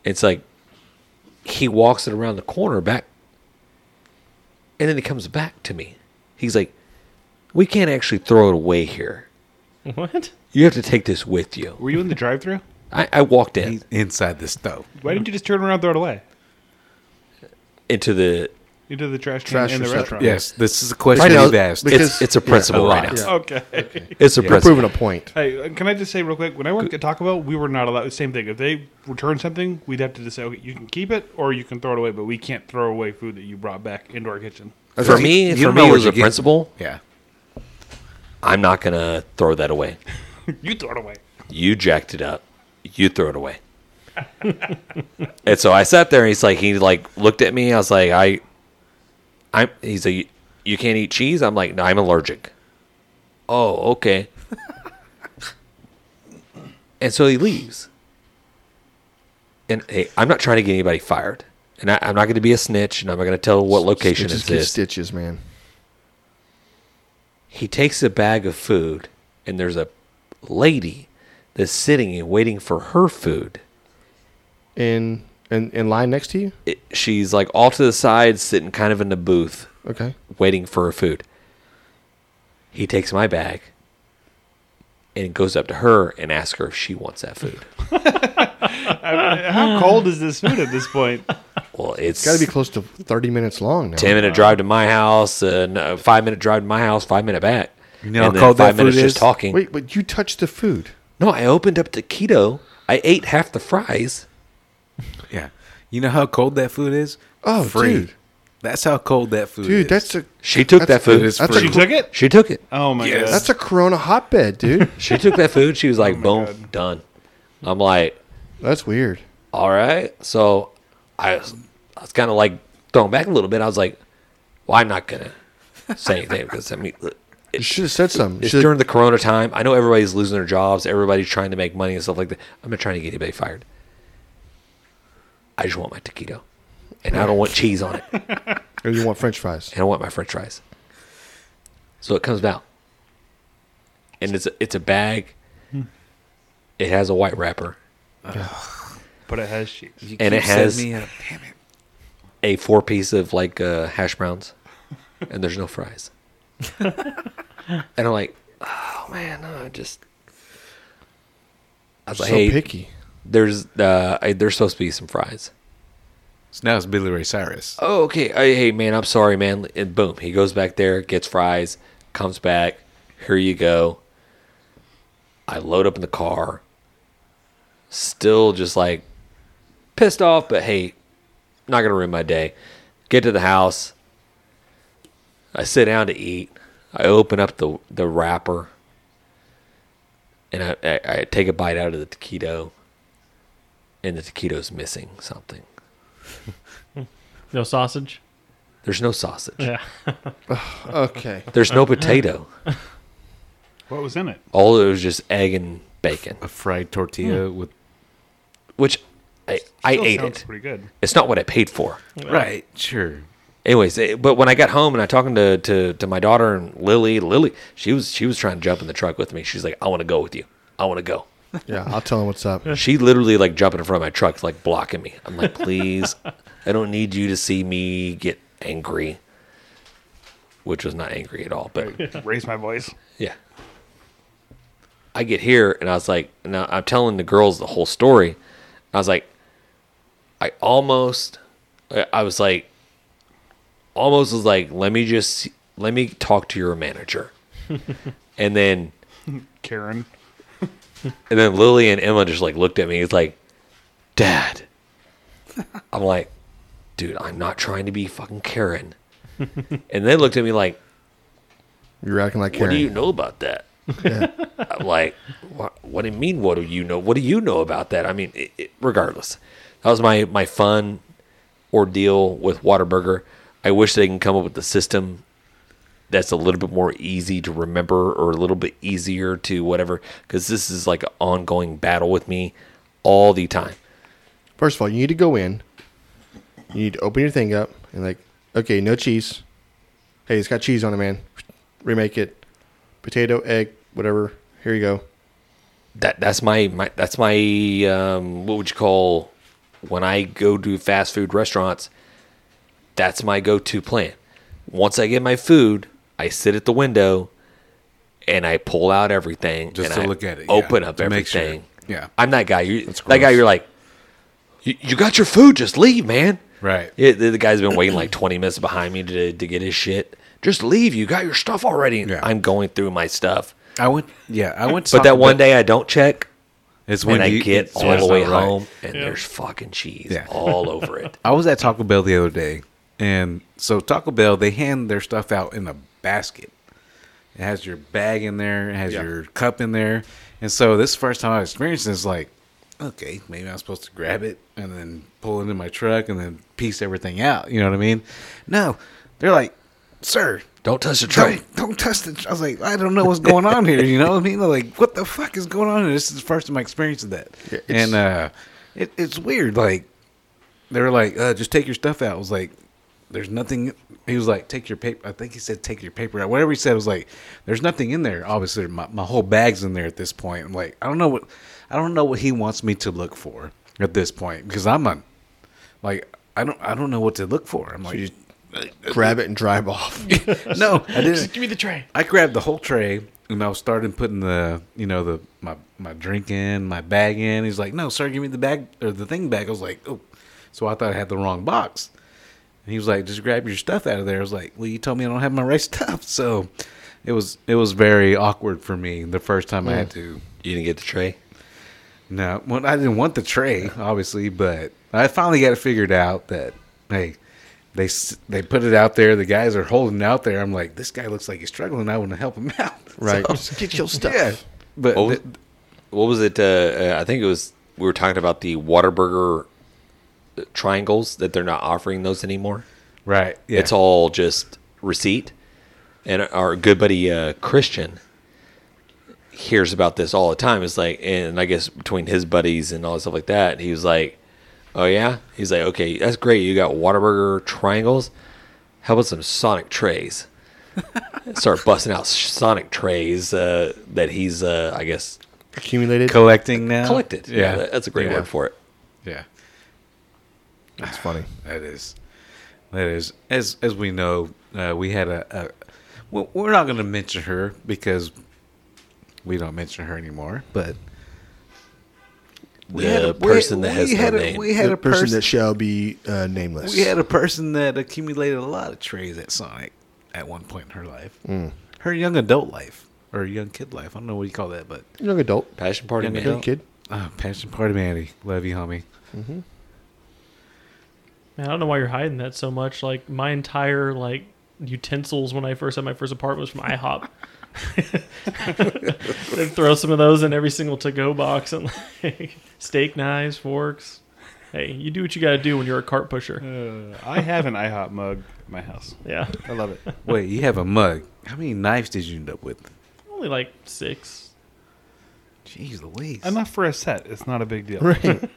It's like he walks it around the corner back and then it comes back to me. He's like, "We can't actually throw it away here. What? You have to take this with you." Were you in the drive-through? I, I walked in inside the stove. Why didn't you just turn around and throw it away? into the. Into the trash can Trash in the receptacle. restaurant. Yes, this is a question Right now, you've asked. because- it's it's a principle yeah, right right, now. <laughs> Okay. It's a You're proving principle. a point. Hey, uh, can I just say real quick? When I worked at Taco Bell, we were not allowed. Same thing. If they returned something, we'd have to just say, "Okay, you can keep it, or you can throw it away." But we can't throw away food that you brought back into our kitchen. <laughs> For me, You for don't know me, it what was you a get. principle. Yeah. I'm not gonna throw that away. you throw it away. You jacked it up. You throw it away. <laughs> and so I sat there, and he's like, he like looked at me. I was like, I, I'm. He's like, you can't eat cheese. I'm like, no, I'm allergic. Oh, okay. <laughs> and so he leaves. And hey, I'm not trying to get anybody fired, and I, I'm not going to be a snitch, and I'm not going to tell what location It just it's gets is stitches, man. he takes a bag of food and there's a lady that's sitting and waiting for her food In in in line next to you. it, she's like all to the side sitting kind of in the booth Okay. waiting for her food he takes my bag and goes up to her and asks her if she wants that food How cold is this food at this point? well it's Got to be close to 30 minutes long now. 10 minute drive to my house and a 5 minute drive to my house 5 minute back You know how cold that food is? just talking Wait, but you touched the food. no i opened up the keto i ate half the fries Yeah. You know how cold that food is? Oh, dude. That's how cold that food is. Dude, that's a she took that That's- food It is that's free. She a took it. she took it Uh, Oh my Yes. god. that's a Corona <laughs> hotbed, dude. She took that food. She was <laughs> Oh like, boom, done. I'm like, that's weird. all right. So I was, I was kind of like thrown back a little bit. I was like, well, I'm not going to say anything because I mean, You it, should have said something. You it's should've- during the corona time. I know everybody's losing their jobs. Everybody's trying to make money and stuff like that. I'm not trying to get anybody fired. I just want my taquito. And I don't want cheese on it. And or you want French fries? I want my french fries. So it comes out. And it's a, it's a bag. Hmm. It has a white wrapper. but it has cheese. You and keep it has- setting me up. Damn it. a four piece of like uh, hash browns, and there's no fries. and I'm like, oh man, no, I just. I was So like, hey, picky. there's uh, I, there's supposed to be some fries. So now it's Billy Ray Cyrus. Oh, okay. I, hey, man, I'm sorry, man. And boom, he goes back there, gets fries, comes back. Here you go. I load up in the car. Still just like pissed off, but hey, not going to ruin my day. Get to the house. I sit down to eat. I open up the, the wrapper and I, I, I take a bite out of the taquito, and the taquito's missing something. <laughs> No sausage? There's no sausage. Yeah. Okay. There's Oh, no potato. What was in it? All it was just egg and bacon, A fried tortilla with. which I, I Still ate sounds it. Pretty good. <laughs> It's not what I paid for. Right, sure. Anyways, it, but when I got home and I talking to, to to my daughter and Lily, Lily, she was she was trying to jump in the truck with me. She's like, I want to go with you. I want to go. Yeah, I'll tell him what's up. She literally like jumping in front of my truck, like blocking me. I'm like, please, I don't need you to see me get angry, which was not angry at all. But Raise my voice. Yeah. I get here and I was like, now I'm telling the girls the whole story. I was like, I almost, I I was like, almost was like, let me just, let me talk to your manager. and then, Karen. and then Lily and Emma just like looked at me. It's like, Dad. I'm like, dude, I'm not trying to be fucking Karen. and they looked at me like, You're acting like what Karen. do you know about that? I'm <laughs> like, what, what do you mean? What do you know? What do you know about that? I mean, it, it, regardless, that was my my fun ordeal with Waterburger. I wish they can come up with a system that's a little bit more easy to remember or a little bit easier to whatever, because this is like an ongoing battle with me all the time. First of all, you need to go in. You need to open your thing up and like, okay, no cheese. Hey, it's got cheese on it, man. Remake it. Potato, egg, whatever. Here you go. that that's my, my that's my um, what would you call when I go to fast food restaurants? That's my go-to plan. Once I get my food, I sit at the window and I pull out everything Just and to I look at it, yeah, open up to make sure. everything. Yeah. I'm that guy. You that gross. guy. You're like, you, you got your food. Just leave, man. Right. Yeah, the, the guy's been waiting like 20 minutes behind me to to get his shit. Just leave. You got your stuff already. Yeah. I'm going through my stuff. I went. Yeah, I went. to But Taco that one Bell- day I don't check, it's when I you- get it's all when the it's way not right. home and there's fucking cheese Yeah. all over it. I was at Taco Bell the other day, and so Taco Bell they hand their stuff out in a basket. It has your bag in there, it has Yeah. your cup in there, and so this is the first time I experienced this. Like, okay, maybe I'm supposed to grab it and then pull it in my truck and then piece everything out. You know what I mean? No, they're like, sir, <laughs> Don't touch the tray. don't, don't touch the. I was like, I don't know what's going on here. You know what I mean? Like, what the fuck is going on? here? This is the first time I experienced that, Yeah, it's- and uh, it, it's weird. Like, they were like, uh, just take your stuff out. I was like, there's nothing. He was like, take your paper. I think he said, take your paper out. Whatever he said was like, there's nothing in there. Obviously, my, my whole bag's in there at this point. I'm like, I don't know what, I don't know what he wants me to look for at this point because I'm a, like, I don't, I don't know what to look for. I'm like, <laughs> you Grab it and <laughs> drive off. no, I <laughs> <laughs> didn't. Give me the tray. I grabbed the whole tray and I was starting putting the you know the my my drink in my bag in. He's like, "No, sir, give me the bag or the thing back." I was like, "Oh," so I thought I had the wrong box. And he was like, "Just grab your stuff out of there." I was like, "Well, you told me I don't have my right <laughs> stuff," so it was it was very awkward for me the first time I had to. You didn't get the tray? No, well, I didn't want the tray, obviously, but I finally got it figured out that hey, they s- they put it out there. The guys are holding it out there. I'm like, this guy looks like he's struggling. I want to help him <laughs> out. Right. So- Just get your stuff. yeah, but What was, th- what was it? Uh, uh, I think it was we were talking about the Waterburger triangles that they're not offering those anymore. right, yeah, It's all just receipt. And our good buddy uh, Christian hears about this all the time. It's like, and I guess between his buddies and all that stuff like that, he was like, "Oh yeah," he's like, "Okay, that's great. You got Waterburger triangles. How about some Sonic trays?" <laughs> Start busting out Sonic trays uh, that he's, uh, I guess, Accumulated. collecting now. collected. Yeah, that- that's a great yeah. word for it. Yeah, That's funny. that is, that is. As as we know, uh, we had a. a well, we're not going to mention her because we don't mention her anymore. But we had The a- we- person that has we no had a- name. we had the a person, person, that shall be uh, nameless. We had a person that accumulated a lot of trays at Sonic at one point in her life. Mm. Her young adult life or young kid life. I don't know what you call that, but young adult, Passion party Yeah, man. <laughs> young kid. oh, passion party, Manny. Love you, homie. Man, I don't know why you're hiding that so much. Like my entire like utensils when I first had my first apartment was from IHOP. <laughs> they throw some of those in every single to-go box and like <laughs> steak knives, forks. Hey, you do what you got to do when you're a cart pusher. Uh, I have an IHOP mug at my house. Yeah, I love it. Wait, you have a mug. How many knives did you end up with? only like six. Jeez Louise. Enough for a set. It's not a big deal. Right.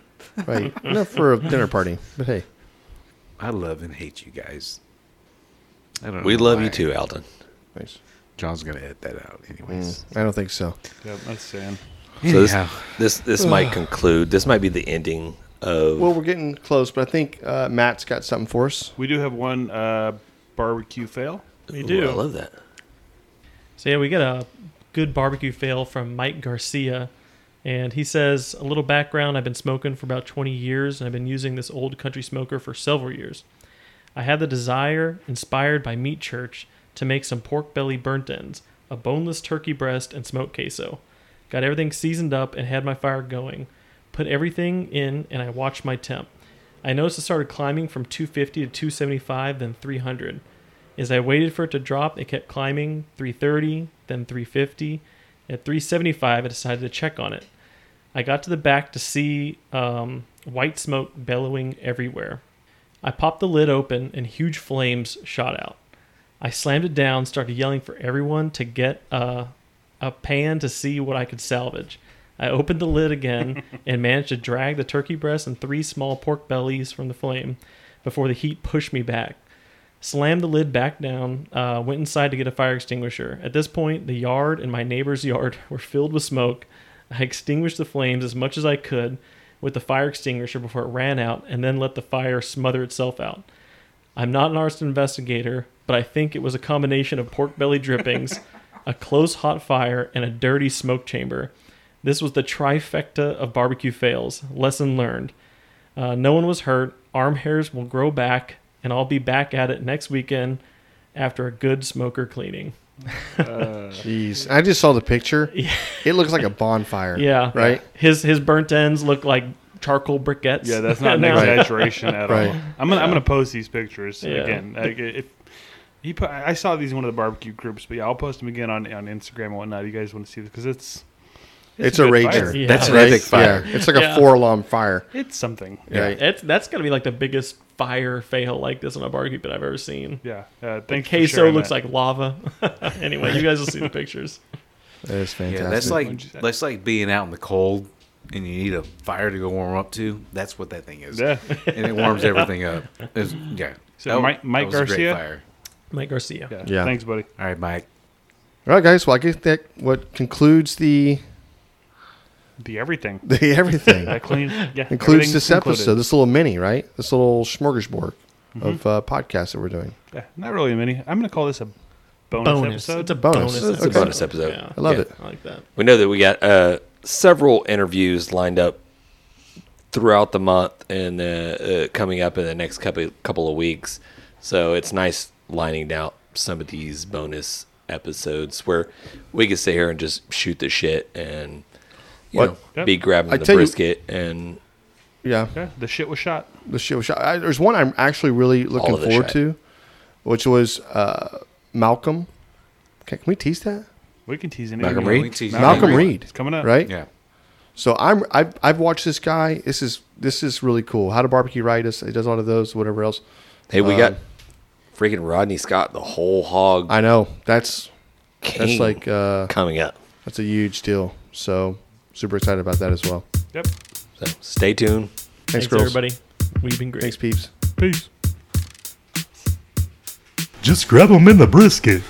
right. Not for a dinner party, but hey. I love and hate you guys. I don't We know love why. you too, Alden. Thanks. John's gonna edit that out anyways. I don't think so. Yep, that's Sam. So this, Anyhow. this this might conclude. This might be the ending of. Well, we're getting close, but I think uh, Matt's got something for us. We do have one uh, barbecue fail. We Ooh, do. I love that. So yeah, we get a good barbecue fail from Mike Garcia, and he says a little background. I've been smoking for about 20 years, and I've been using this old country smoker for several years. I had the desire, inspired by Meat Church, to make some pork belly burnt ends, a boneless turkey breast, and smoked queso. Got everything seasoned up and had my fire going. put everything in, and I watched my temp. I noticed it started climbing from 250 to 275, then 300. As I waited for it to drop, it kept climbing 330, then 350. At 375, I decided to check on it. I got to the back to see um, white smoke bellowing everywhere. I popped the lid open and huge flames shot out. I slammed it down, started yelling for everyone to get a, a pan to see what I could salvage. I opened the lid again and managed to drag the turkey breast and three small pork bellies from the flame before the heat pushed me back. Slammed the lid back down, uh, went inside to get a fire extinguisher. At this point, the yard and my neighbor's <laughs> yard were filled with smoke. I extinguished the flames as much as I could with the fire extinguisher before it ran out and then let the fire smother itself out. I'm not an arson investigator, but I think it was a combination of pork belly drippings, a close hot fire, and a dirty smoke chamber. This was the trifecta of barbecue fails. Lesson learned. Uh, no one was hurt. Arm hairs will grow back, and I'll be back at it next weekend after a good smoker cleaning. Jeez, I just saw the picture. It looks like a bonfire. Yeah, right. His his burnt ends look like charcoal briquettes. Yeah, <laughs> that's not an Now- exaggeration <laughs> at Right. all. I'm gonna I'm gonna post these pictures Yeah. again. Like, if you put, I saw these in one of the barbecue groups, but yeah, I'll post them again on on Instagram and whatnot. You guys want to see this because it's, It's, a good rager. fire. Yeah. That's an right? epic fire. Yeah. It's like Yeah. a four alarm fire. It's something. Right. It's that's gotta be like the biggest fire fail like this on a barbecue pit I've ever seen. Yeah. Uh, thanks. for Queso sharing looks that. like lava. <laughs> anyway, you guys will see the pictures. That is fantastic. Yeah, that's What'd you say? like that's like being out in the cold and you need a fire to go warm up to. That's what that thing is. yeah. and it warms everything up. It's- yeah. So Mike- Mike was a great Garcia? fire. <laughs> Mike Garcia. yeah. Yeah. Thanks, buddy. All right, Mike. All right, guys. Well, I guess that what concludes the The everything. <laughs> the everything I clean. Yeah. includes everything's this included. episode, this little mini, right? This little smorgasbord of uh, podcasts that we're doing. Yeah, not really a mini. I'm gonna call this a bonus, Bonus. episode. It's a Bonus. bonus. It's a It's a Okay. bonus episode. Yeah. I love Yeah. it. I like that. We know that we got uh, several interviews lined up throughout the month and uh, uh, coming up in the next couple couple of weeks. So it's nice lining out some of these bonus episodes where we can sit here and just shoot the shit and you What- know Yep. be grabbing I the tell you- brisket and Yeah, yeah, the shit was shot. the show. was shot- I, there's one I'm actually really looking of the forward shite. to, which was uh, Malcolm. Okay, can we tease that? We can tease anything. Malcolm we want. Reed? Tease Malcolm Reed. Reed. It's coming up. right? Yeah. So I'm I've, I've watched this guy. This is this is really cool. How to barbecue right? He does all of those, whatever else. hey, we Um, got freaking Rodney Scott the whole hog. I know that's that's king like uh, coming up. that's a huge deal. So super excited about that as well. Yep. So stay tuned. Thanks, Thanks, girls. everybody. We've been great. Thanks, peeps. Peace. Just grab 'em in the brisket.